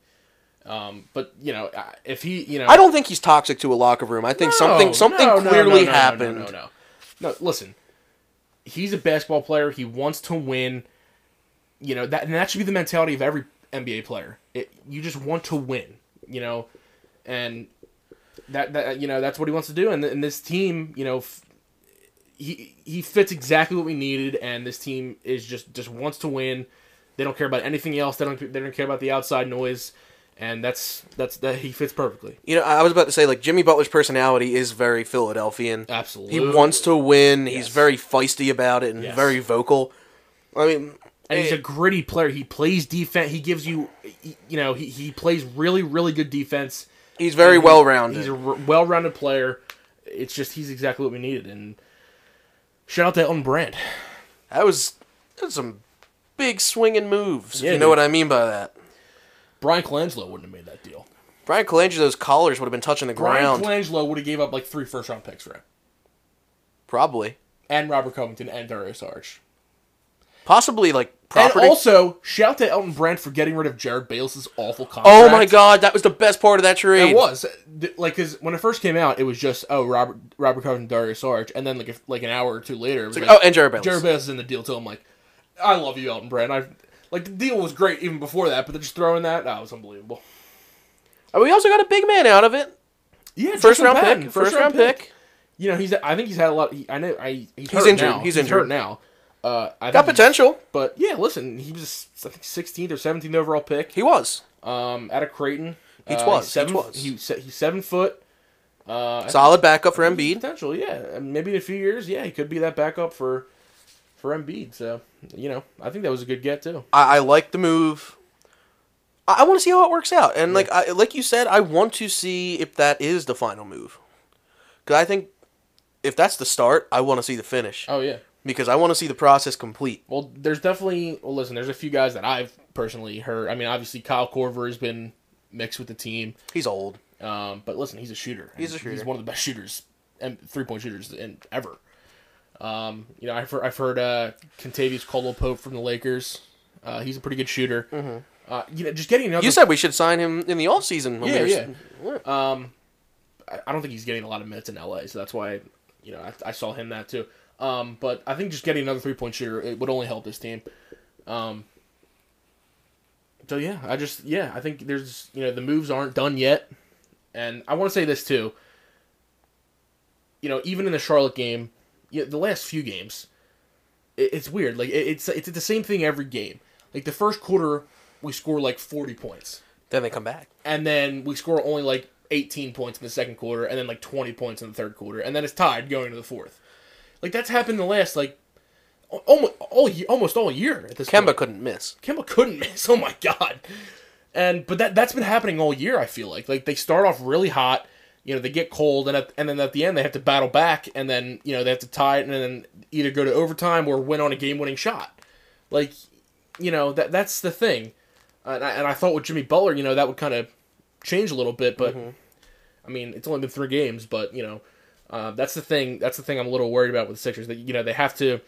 Um, but you know I- if he you know
I don't think he's toxic to a locker room. I think something
No,
something
no, no, no,
clearly
no, no,
happened.
No no, no, no. No, listen. He's a basketball player. He wants to win. You know that, and that should be the mentality of every NBA player. It, you just want to win. You know, and that that you know that's what he wants to do. And, th- and this team, you know, f- he he fits exactly what we needed. And this team is just just wants to win. They don't care about anything else. They don't they don't care about the outside noise. And that's that's that he fits perfectly.
You know, I was about to say like Jimmy Butler's personality is very Philadelphian.
Absolutely.
He wants to win. He's
Yes.
very feisty about it and
Yes.
very vocal. I mean,
and he's
eh,
a gritty player. He plays defense. He gives you, you know, he, he plays really, really good defense.
he's very well rounded.
He's a r- well-rounded player. It's just he's exactly what we needed. And shout out to Elton Brand.
That was that was some big swinging moves.
Yeah,
if you know
dude.
what I mean by that.
Brian Colangelo wouldn't have made that deal.
Brian Colangelo's collars would have been touching the
Brian
ground,
Colangelo would have gave up like three first-round picks for him,
probably,
and Robert Covington and Dario Sarge.
possibly like property.
And also shout out to Elton Brand for getting rid of Jared Bayless's awful contract.
oh my god, that was the best part of that trade.
It was D- like because when it first came out, it was just oh Robert Robert Covington, Dario Sarge, and then like if, like an hour or two later, it was
Oh, and Jared Bayless.
Jared Bayless is in the deal too. I'm like, I love you, Elton Brand. I like the deal was great even before that, but they're just throwing that. That was unbelievable.
Oh, we also got a big man out of it.
Yeah,
First round pick. First, round pick.
You know, he's. I think he's had a lot. He, I know. I he's,
He's
hurt
injured.
Now.
He's
hurt
injured.
now. Uh, I
Got
think he's-
potential.
but yeah, listen, he was I think 16th or 17th overall pick.
He was
Um, out of Creighton.
He
Uh,
was,
he's
he
seven.
was.
He, se- he's seven foot. Uh, I
solid backup for
think he's
Embiid.
potential. Yeah, And maybe in a few years. Yeah, he could be that backup for for Embiid. So you know, I think that was a good get too.
I, I like the move. I, I want to see how it works out, and like I, like you said, I want to see if that is the final move. Because I think if that's the start, I want to see the finish
Oh yeah.
because I want to see the process complete.
Well, there's definitely. Well, listen, there's a few guys that I've personally heard. I mean, obviously Kyle Corver has been mixed with the team,
He's old.
um, but listen, he's a shooter.
He's a
He's
shooter.
one of the best shooters and three point shooters in ever. Um, you know, I've heard, I've heard uh, Contavious Caldwell Pope from the Lakers. Uh, he's a pretty good shooter. Uh, you know, just getting another.
Mm-hmm. You said we should sign him in the offseason. when
yeah,
we
yeah.
were-
Um, I, I don't think he's getting a lot of minutes in LA, so that's why you know I, I saw him that too. Um, but I think just getting another three point shooter it would only help this team. Um, so yeah, I just yeah I think there's you know the moves aren't done yet, and I want to say this too. You know, even in the Charlotte game, you know, the last few games, it, it's weird. Like it, it's it's the same thing every game. Like the first quarter, we score like forty points
Then they come back.
and then we score only like 18 points in the second quarter, and then like 20 points in the third quarter, and then it's tied going into the fourth. Like that's happened the last like almost all ye- almost all year at this.
Kemba
point.
couldn't miss.
Kemba couldn't miss. Oh my god! And but that that's been happening all year. I feel like like they start off really hot, you know, they get cold, and at, and then at the end they have to battle back, and then you know they have to tie it, and then either go to overtime or win on a game winning shot. Like, you know that that's the thing. And I, and I thought with Jimmy Butler, you know, that would kind of change a little bit, but I mean, it's only been three games, but you know, uh, that's the thing. That's the thing I'm a little worried about with the Sixers. That you know they have to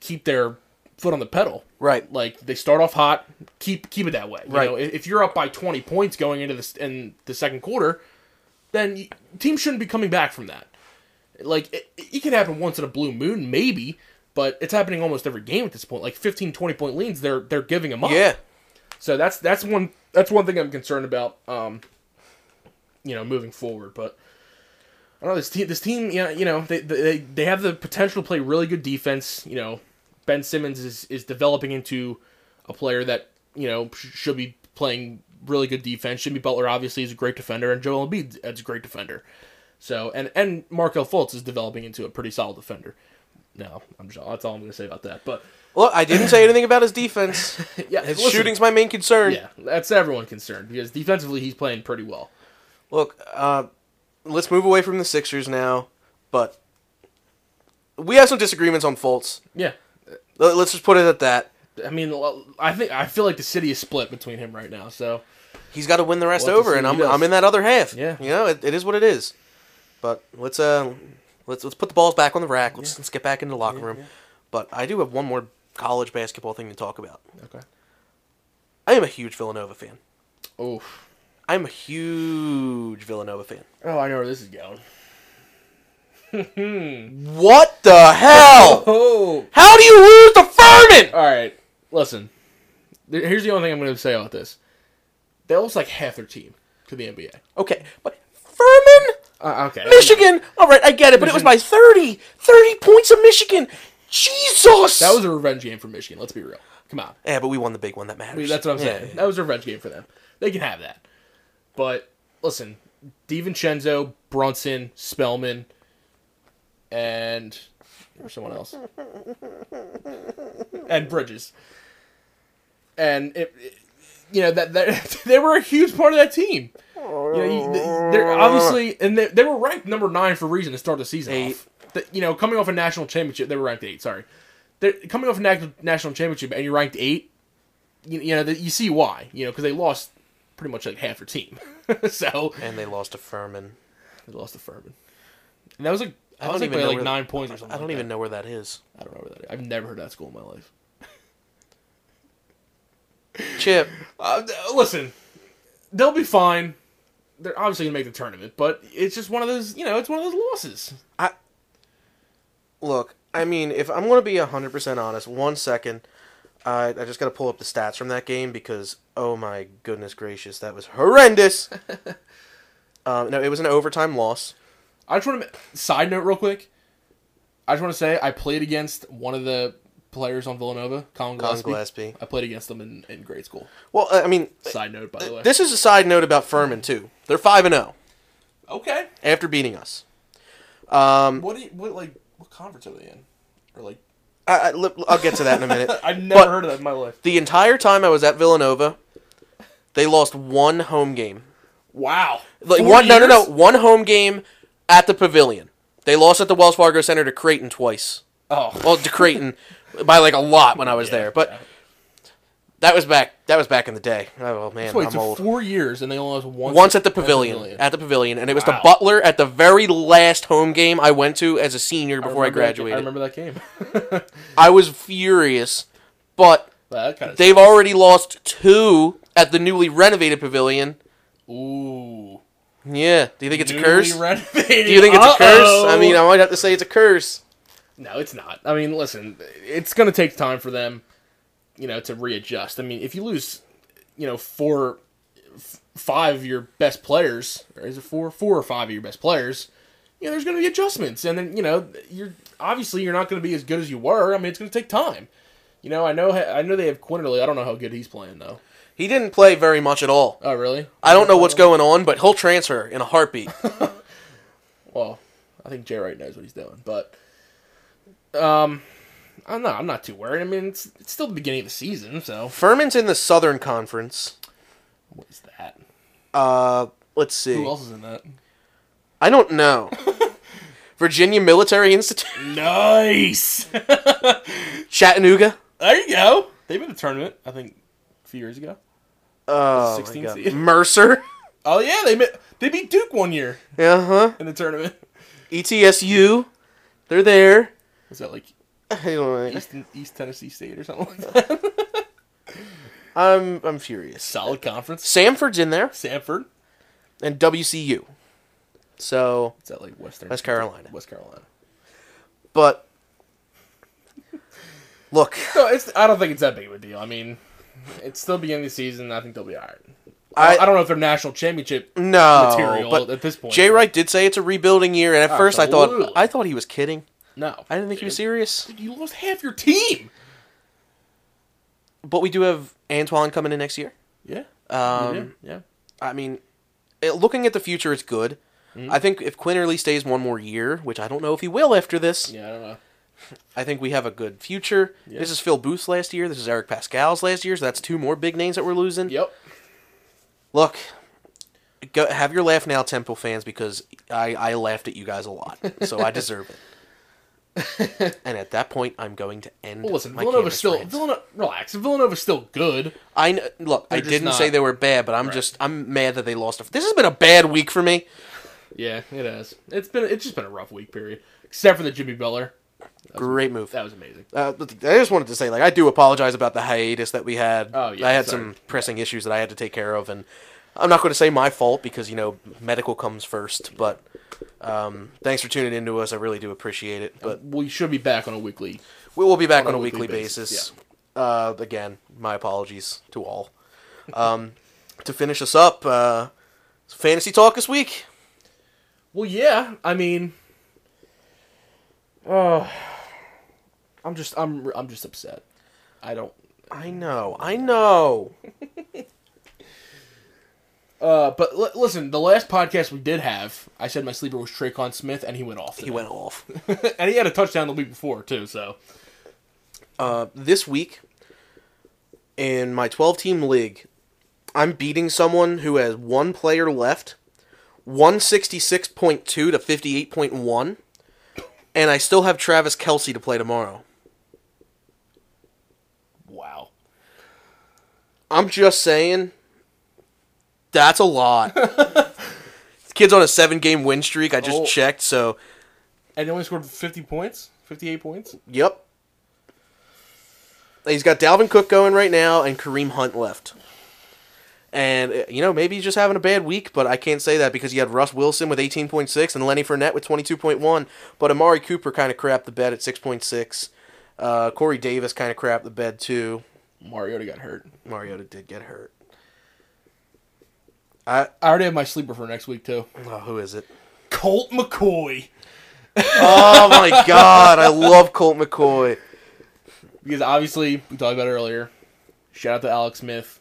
keep their foot on the pedal,
Right.
like they start off hot, keep keep it that way. You
Right.
know, if if you're up by 20 points going into this in the second quarter, then y teams shouldn't be coming back from that. Like it, it can happen once in a blue moon, maybe, but it's happening almost every game at this point. Like 15, 20 point leads, they're they're giving them up.
Yeah.
So that's that's one that's one thing I'm concerned about. Um, you know, moving forward, but I don't know this team. This team, yeah, you know, they they they have the potential to play really good defense. You know, Ben Simmons is is developing into a player that you know sh- should be playing really good defense. Jimmy Butler obviously is a great defender, and Joel Embiid is a great defender. So and and Markel Fultz is developing into a pretty solid defender. No, I'm just, that's all I'm going to say about that. But
Look, I didn't say anything about his defense.
yeah,
His
listen,
shooting's my main concern.
yeah, that's everyone concerned because defensively he's playing pretty well.
Look, uh, let's move away from the Sixers now, but we have some disagreements on Fultz.
Yeah,
L- Let's just put it at that.
I mean, I think I feel like the city is split between him right now. So
He's got to win the rest
We'll have to
over,
see
and
what
I'm,
he does.
I'm in that other half.
Yeah.
you know, it, it is what it is. But let's uh, let's let's put the balls back on the rack. Let's, let's get back into the locker room. But I do have one more college basketball thing to talk about.
okay,
I am a huge Villanova fan.
oh,
I'm a huge Villanova fan.
oh, I know where this is going.
What the hell?
Oh,
How do you lose to Furman?
all right. Listen, There- here's the only thing I'm going to say about this. That looks like half their team to the NBA.
Okay, but Furman,
Uh, okay,
Michigan. All right, I get it, but it was by 30, 30 points of Michigan. Jesus.
That was a revenge game for Michigan. Let's be real. Come on,
yeah, but we won the big one that matters.
I mean, that's what I'm
Yeah,
saying. That was a revenge game for them. They can have that. But listen, Divincenzo, Brunson, Spellman, and or someone else, and Bridges, and it, it- you know that, that they were a huge part of that team. You know, you- they- they're obviously, and they, they were ranked number nine for a reason to start the season
Eight.
off. The- you know, coming off a national championship, they were ranked eight. Sorry, they're coming off a na- national championship, and you're ranked eight. You, you know, that you see why. You know, because they lost pretty much like half their team, so
And they lost to Furman.
they lost to Furman. And that was like I
I
was
don't
like
even
by
know
like
where-
nine points or something.
I don't
like
even
that.
know where that is.
I don't know where that is. I've never heard that school in my life.
Chip,
Uh, listen, they'll be fine. They're obviously gonna make the tournament, but it's just one of those. You know, it's one of those losses.
look, I mean, if I'm going to be 100% honest, one second, I, I just got to pull up the stats from that game because, oh my goodness gracious, that was horrendous. um, no, it was an overtime loss.
I just want to side note real quick. I just want to say I played against one of the players on Villanova, Colin Gillespie.
Gillespie.
I played against them in, in grade school.
Well, I I mean,
Side note, by the way.
this is a side note about Furman, too. They're 5 and 0
okay.
after beating us. Um,
What do you, what like what conference are they in? Or like
I, I, will get to that in a minute.
I've never
But-
heard of that in my life.
the entire time I was at Villanova, they lost one home game.
Wow.
Like
Four
one, no, no, no,
years?
one home game at the Pavilion. They lost at the Wells Fargo Center to Creighton twice.
Oh.
Well, to Creighton by like a lot when I was there, but
yeah.
that was back. That was back in the day. Oh man,
Wait,
I'm
so
old.
four years and they only lost once.
Once at the pavilion, at the pavilion, and it was the
Wow.
Butler at the very last home game I went to as a senior before I,
remember that ga-
graduated. I,
I remember that game.
was furious, but
that kind of
they've already lost two at the newly renovated pavilion.
ooh.
Yeah, do you think it's a
Newly
curse?
renovated.
Do you think it's a curse? I
Uh-oh.
mean, I might have to say it's a curse.
No, it's not. I mean, listen, it's going to take time for them, you know, to readjust. I mean, if you lose, you know, four, f- five of your best players, or is it four, four or five of your best players, you know, there's going to be adjustments, and then you know, you're obviously you're not going to be as good as you were. I mean, it's going to take time. You know, I know, I know they have Quinterly. I don't know how good he's playing though.
He didn't play very much at all.
Oh, really?
I don't know what's going on, but he'll transfer in a heartbeat.
Well, I think Jay Wright knows what he's doing, but um, I'm not. I'm not too worried. I mean, it's, it's still the beginning of the season, so
Furman's in the Southern Conference.
what is that?
Uh, let's
Who
see.
else is in that?
I don't know. Virginia Military Institute,
Nice.
Chattanooga.
there you go. They made the tournament, I think, a few years ago.
Oh, my
16
God.
seed.
Mercer.
Oh yeah, they met, they beat Duke one year
Yeah, huh?
in the tournament.
E ETSU. They're there.
Was that like
Anyway,
East, East Tennessee State or something like that?
I'm I'm furious.
Solid conference.
Samford's in there
Sanford.
and WCU. So,
Is that like Western?
West Carolina.
West Carolina.
but look,
No, it's. I don't think it's that big of a deal. I mean, it's still beginning of the season. I think they'll be all right. I,
I
I don't know if they're national championship
no,
material
but
at this point.
Jay Wright did say it's a rebuilding year, and at first I thought
Absolutely.
I thought he was kidding.
No,
I didn't think he was serious.
You lost half your team.
But we do have Antoine coming in next year.
Yeah.
Um,
yeah. yeah.
I mean, it, looking at the future, it's good.
Mm-hmm.
I think if Quinterly stays one more year, which I don't know if he will after this,
Yeah, I don't know.
I think we have a good future.
Yeah.
This is Phil Booth's last year. This is Eric Pascal's last year. So that's two more big names that we're losing.
Yep.
Look, go, have your laugh now, Temple fans, because I, I laughed at you guys a lot, so I deserve it. and at that point, I'm going to end.
Well, listen,
my
Villanova's
Camus
still
rant.
Villanova. Relax, Villanova's still good.
I kn- look. I
just
didn't
not-
say they were bad, but I'm just I'm mad that they lost. A, this has been a bad week for me.
Yeah, it has. It's been it's just been a rough week period, except for the Jimmy Butler.
Great move.
That was amazing.
Uh, but I just wanted to say, like, I do apologize about the hiatus that we had.
Oh, yeah,
I had
sorry.
some pressing issues that I had to take care of, and I'm not going to say my fault because you know medical comes first. But um, thanks for tuning in to us. I really do appreciate it. But
We should be back on a weekly.
we will be back on,
on
a
a
weekly,
weekly
basis.
basis,
Uh, again, my apologies to all. Um, to finish us up, uh, fantasy talk this week.
Well, yeah. I mean, oh, I'm just I'm I'm just upset. I don't.
I know, I know.
Uh, but l- listen, the last podcast we did have, I said my sleeper was Traycon Smith, and he went off.
He went off.
and he had a touchdown the week before too. So
uh, this week in my 12 team league, I'm beating someone who has one player left, 166.2 to 58.1, and I still have Travis Kelsey to play tomorrow.
wow.
I'm just saying, that's a lot. this kid's on a seven game win streak. I just
Oh.
checked, so
And he only scored 50 points? 58 points?
yep. He's got Dalvin Cook going right now and Kareem Hunt left. And, uh, you know, maybe he's just having a bad week, but I can't say that because he had Russ Wilson with 18.6 and Lenny Fournette with 22.1. But Amari Cooper kind of crapped the bed at 6.6. Uh, Corey Davis kind of crapped the bed, too.
Mariota got hurt.
Mariota did get hurt. I,
I already have my sleeper for next week, too.
oh, who is it?
Colt McCoy.
Oh my god, I love Colt McCoy.
Because obviously, we talked about it earlier. Shout out to Alex Smith.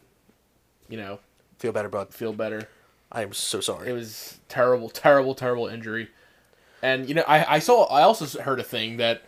You know,
Feel better, bud.
feel better.
I am so
It
sorry.
was terrible, terrible, terrible injury. And, you know, I, I saw, I also heard a thing that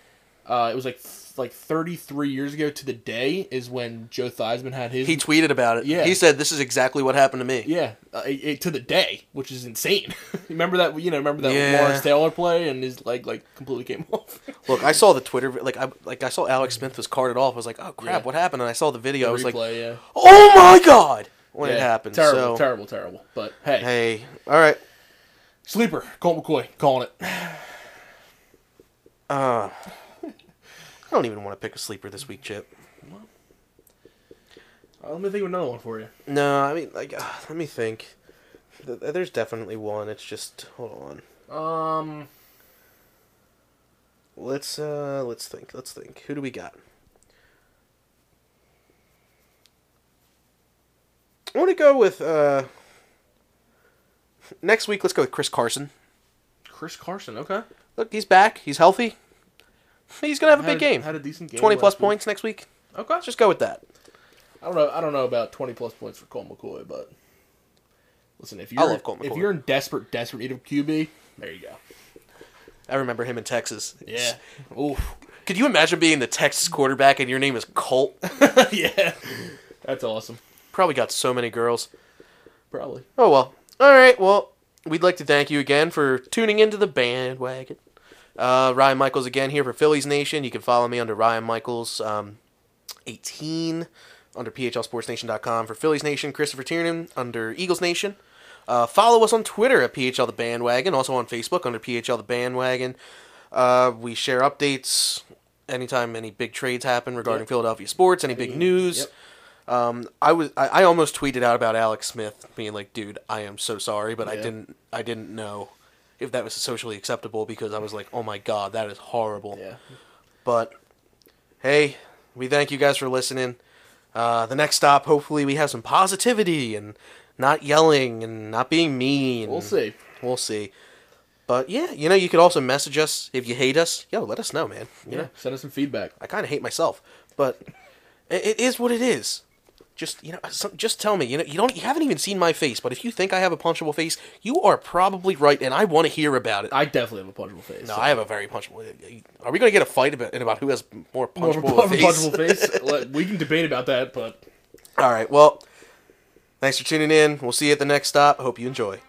uh, it was like like 33 years ago to the day is when Joe Theismann had his.
He tweeted about it.
Yeah.
He said, This is exactly what happened to me.
Yeah, uh, it, it- to the day, which is insane. remember that? You know, remember that
Yeah.
Lawrence Taylor play, and his leg like completely came off.
Look, I saw the Twitter, vi- like, I, like I saw Alex Smith was carted off. I was like, Oh crap,
Yeah.
what happened? And I saw the video. I was like,
Replay, yeah.
Oh my god! When it
Yeah,
happened. so,
Terrible, terrible, terrible. But hey,
Hey, alright.
sleeper Colt McCoy calling it.
uh, I don't even want to pick a sleeper this week, Chip.
Uh, let me think of another one for you.
No, I mean, like, ah, let me think. Th- There's definitely one. It's just, hold on.
Um,
Let's uh let's think. Let's think. Who do we got? I want to go with uh next week let's go with Chris Carson.
Chris Carson. Okay,
Look, he's back. He's healthy. He's going to have a big
Had
game.
Had a decent game.
20 plus
last week.
points next week.
Okay,
Let's just go with that.
I don't know. I don't know about twenty plus points for Colt McCoy, but listen, if
I
you're
love Colt
if
McCoy.
you're in desperate, desperate need of QB, there you go.
I remember him in Texas.
Yeah. Oof.
Could you imagine being the Texas quarterback and your name is Colt?
yeah. That's awesome.
Probably got so many girls.
Probably.
Oh well. All right. Well, we'd like to thank you again for tuning into the bandwagon. Uh, Ryan Michaels again here for Phillies Nation. You can follow me under Ryan Michaels um, eighteen under PHLSportsNation.com for Phillies Nation, Christopher Tiernan under Eagles Nation. Uh, follow us on Twitter at PHL The Bandwagon, also on Facebook under PHL The Bandwagon. Uh, we share updates anytime any big trades happen regarding
Yep.
Philadelphia sports, any big news.
Yep.
Um, I was I, I almost tweeted out about Alex Smith being like, dude, I am so sorry, but I
Yeah.
didn't I didn't know if that was socially acceptable because I was like, oh my god, that is horrible.
Yeah.
But hey, we thank you guys for listening. Uh, the next stop, hopefully, we have some positivity and not yelling and not being mean.
We'll see.
We'll see. But yeah, you know, you could also message us if you hate us. Yo, let us know, man. You
Yeah.
know,
Send us some feedback.
I kind of hate myself, but it, it is what it is. Just you know, some, just tell me. You know, you don't, you haven't even seen my face, but if you think I have a punchable face, you are probably right, and I want to hear about it.
I definitely have a punchable face.
No, I have a very punchable. uh, Are we going to get a fight about about who has more
More
punchable,
of a pun-
face?
punchable face. Like, we can debate about that, but
All right. Well, thanks for tuning in. We'll see you at the next stop. Hope you enjoy.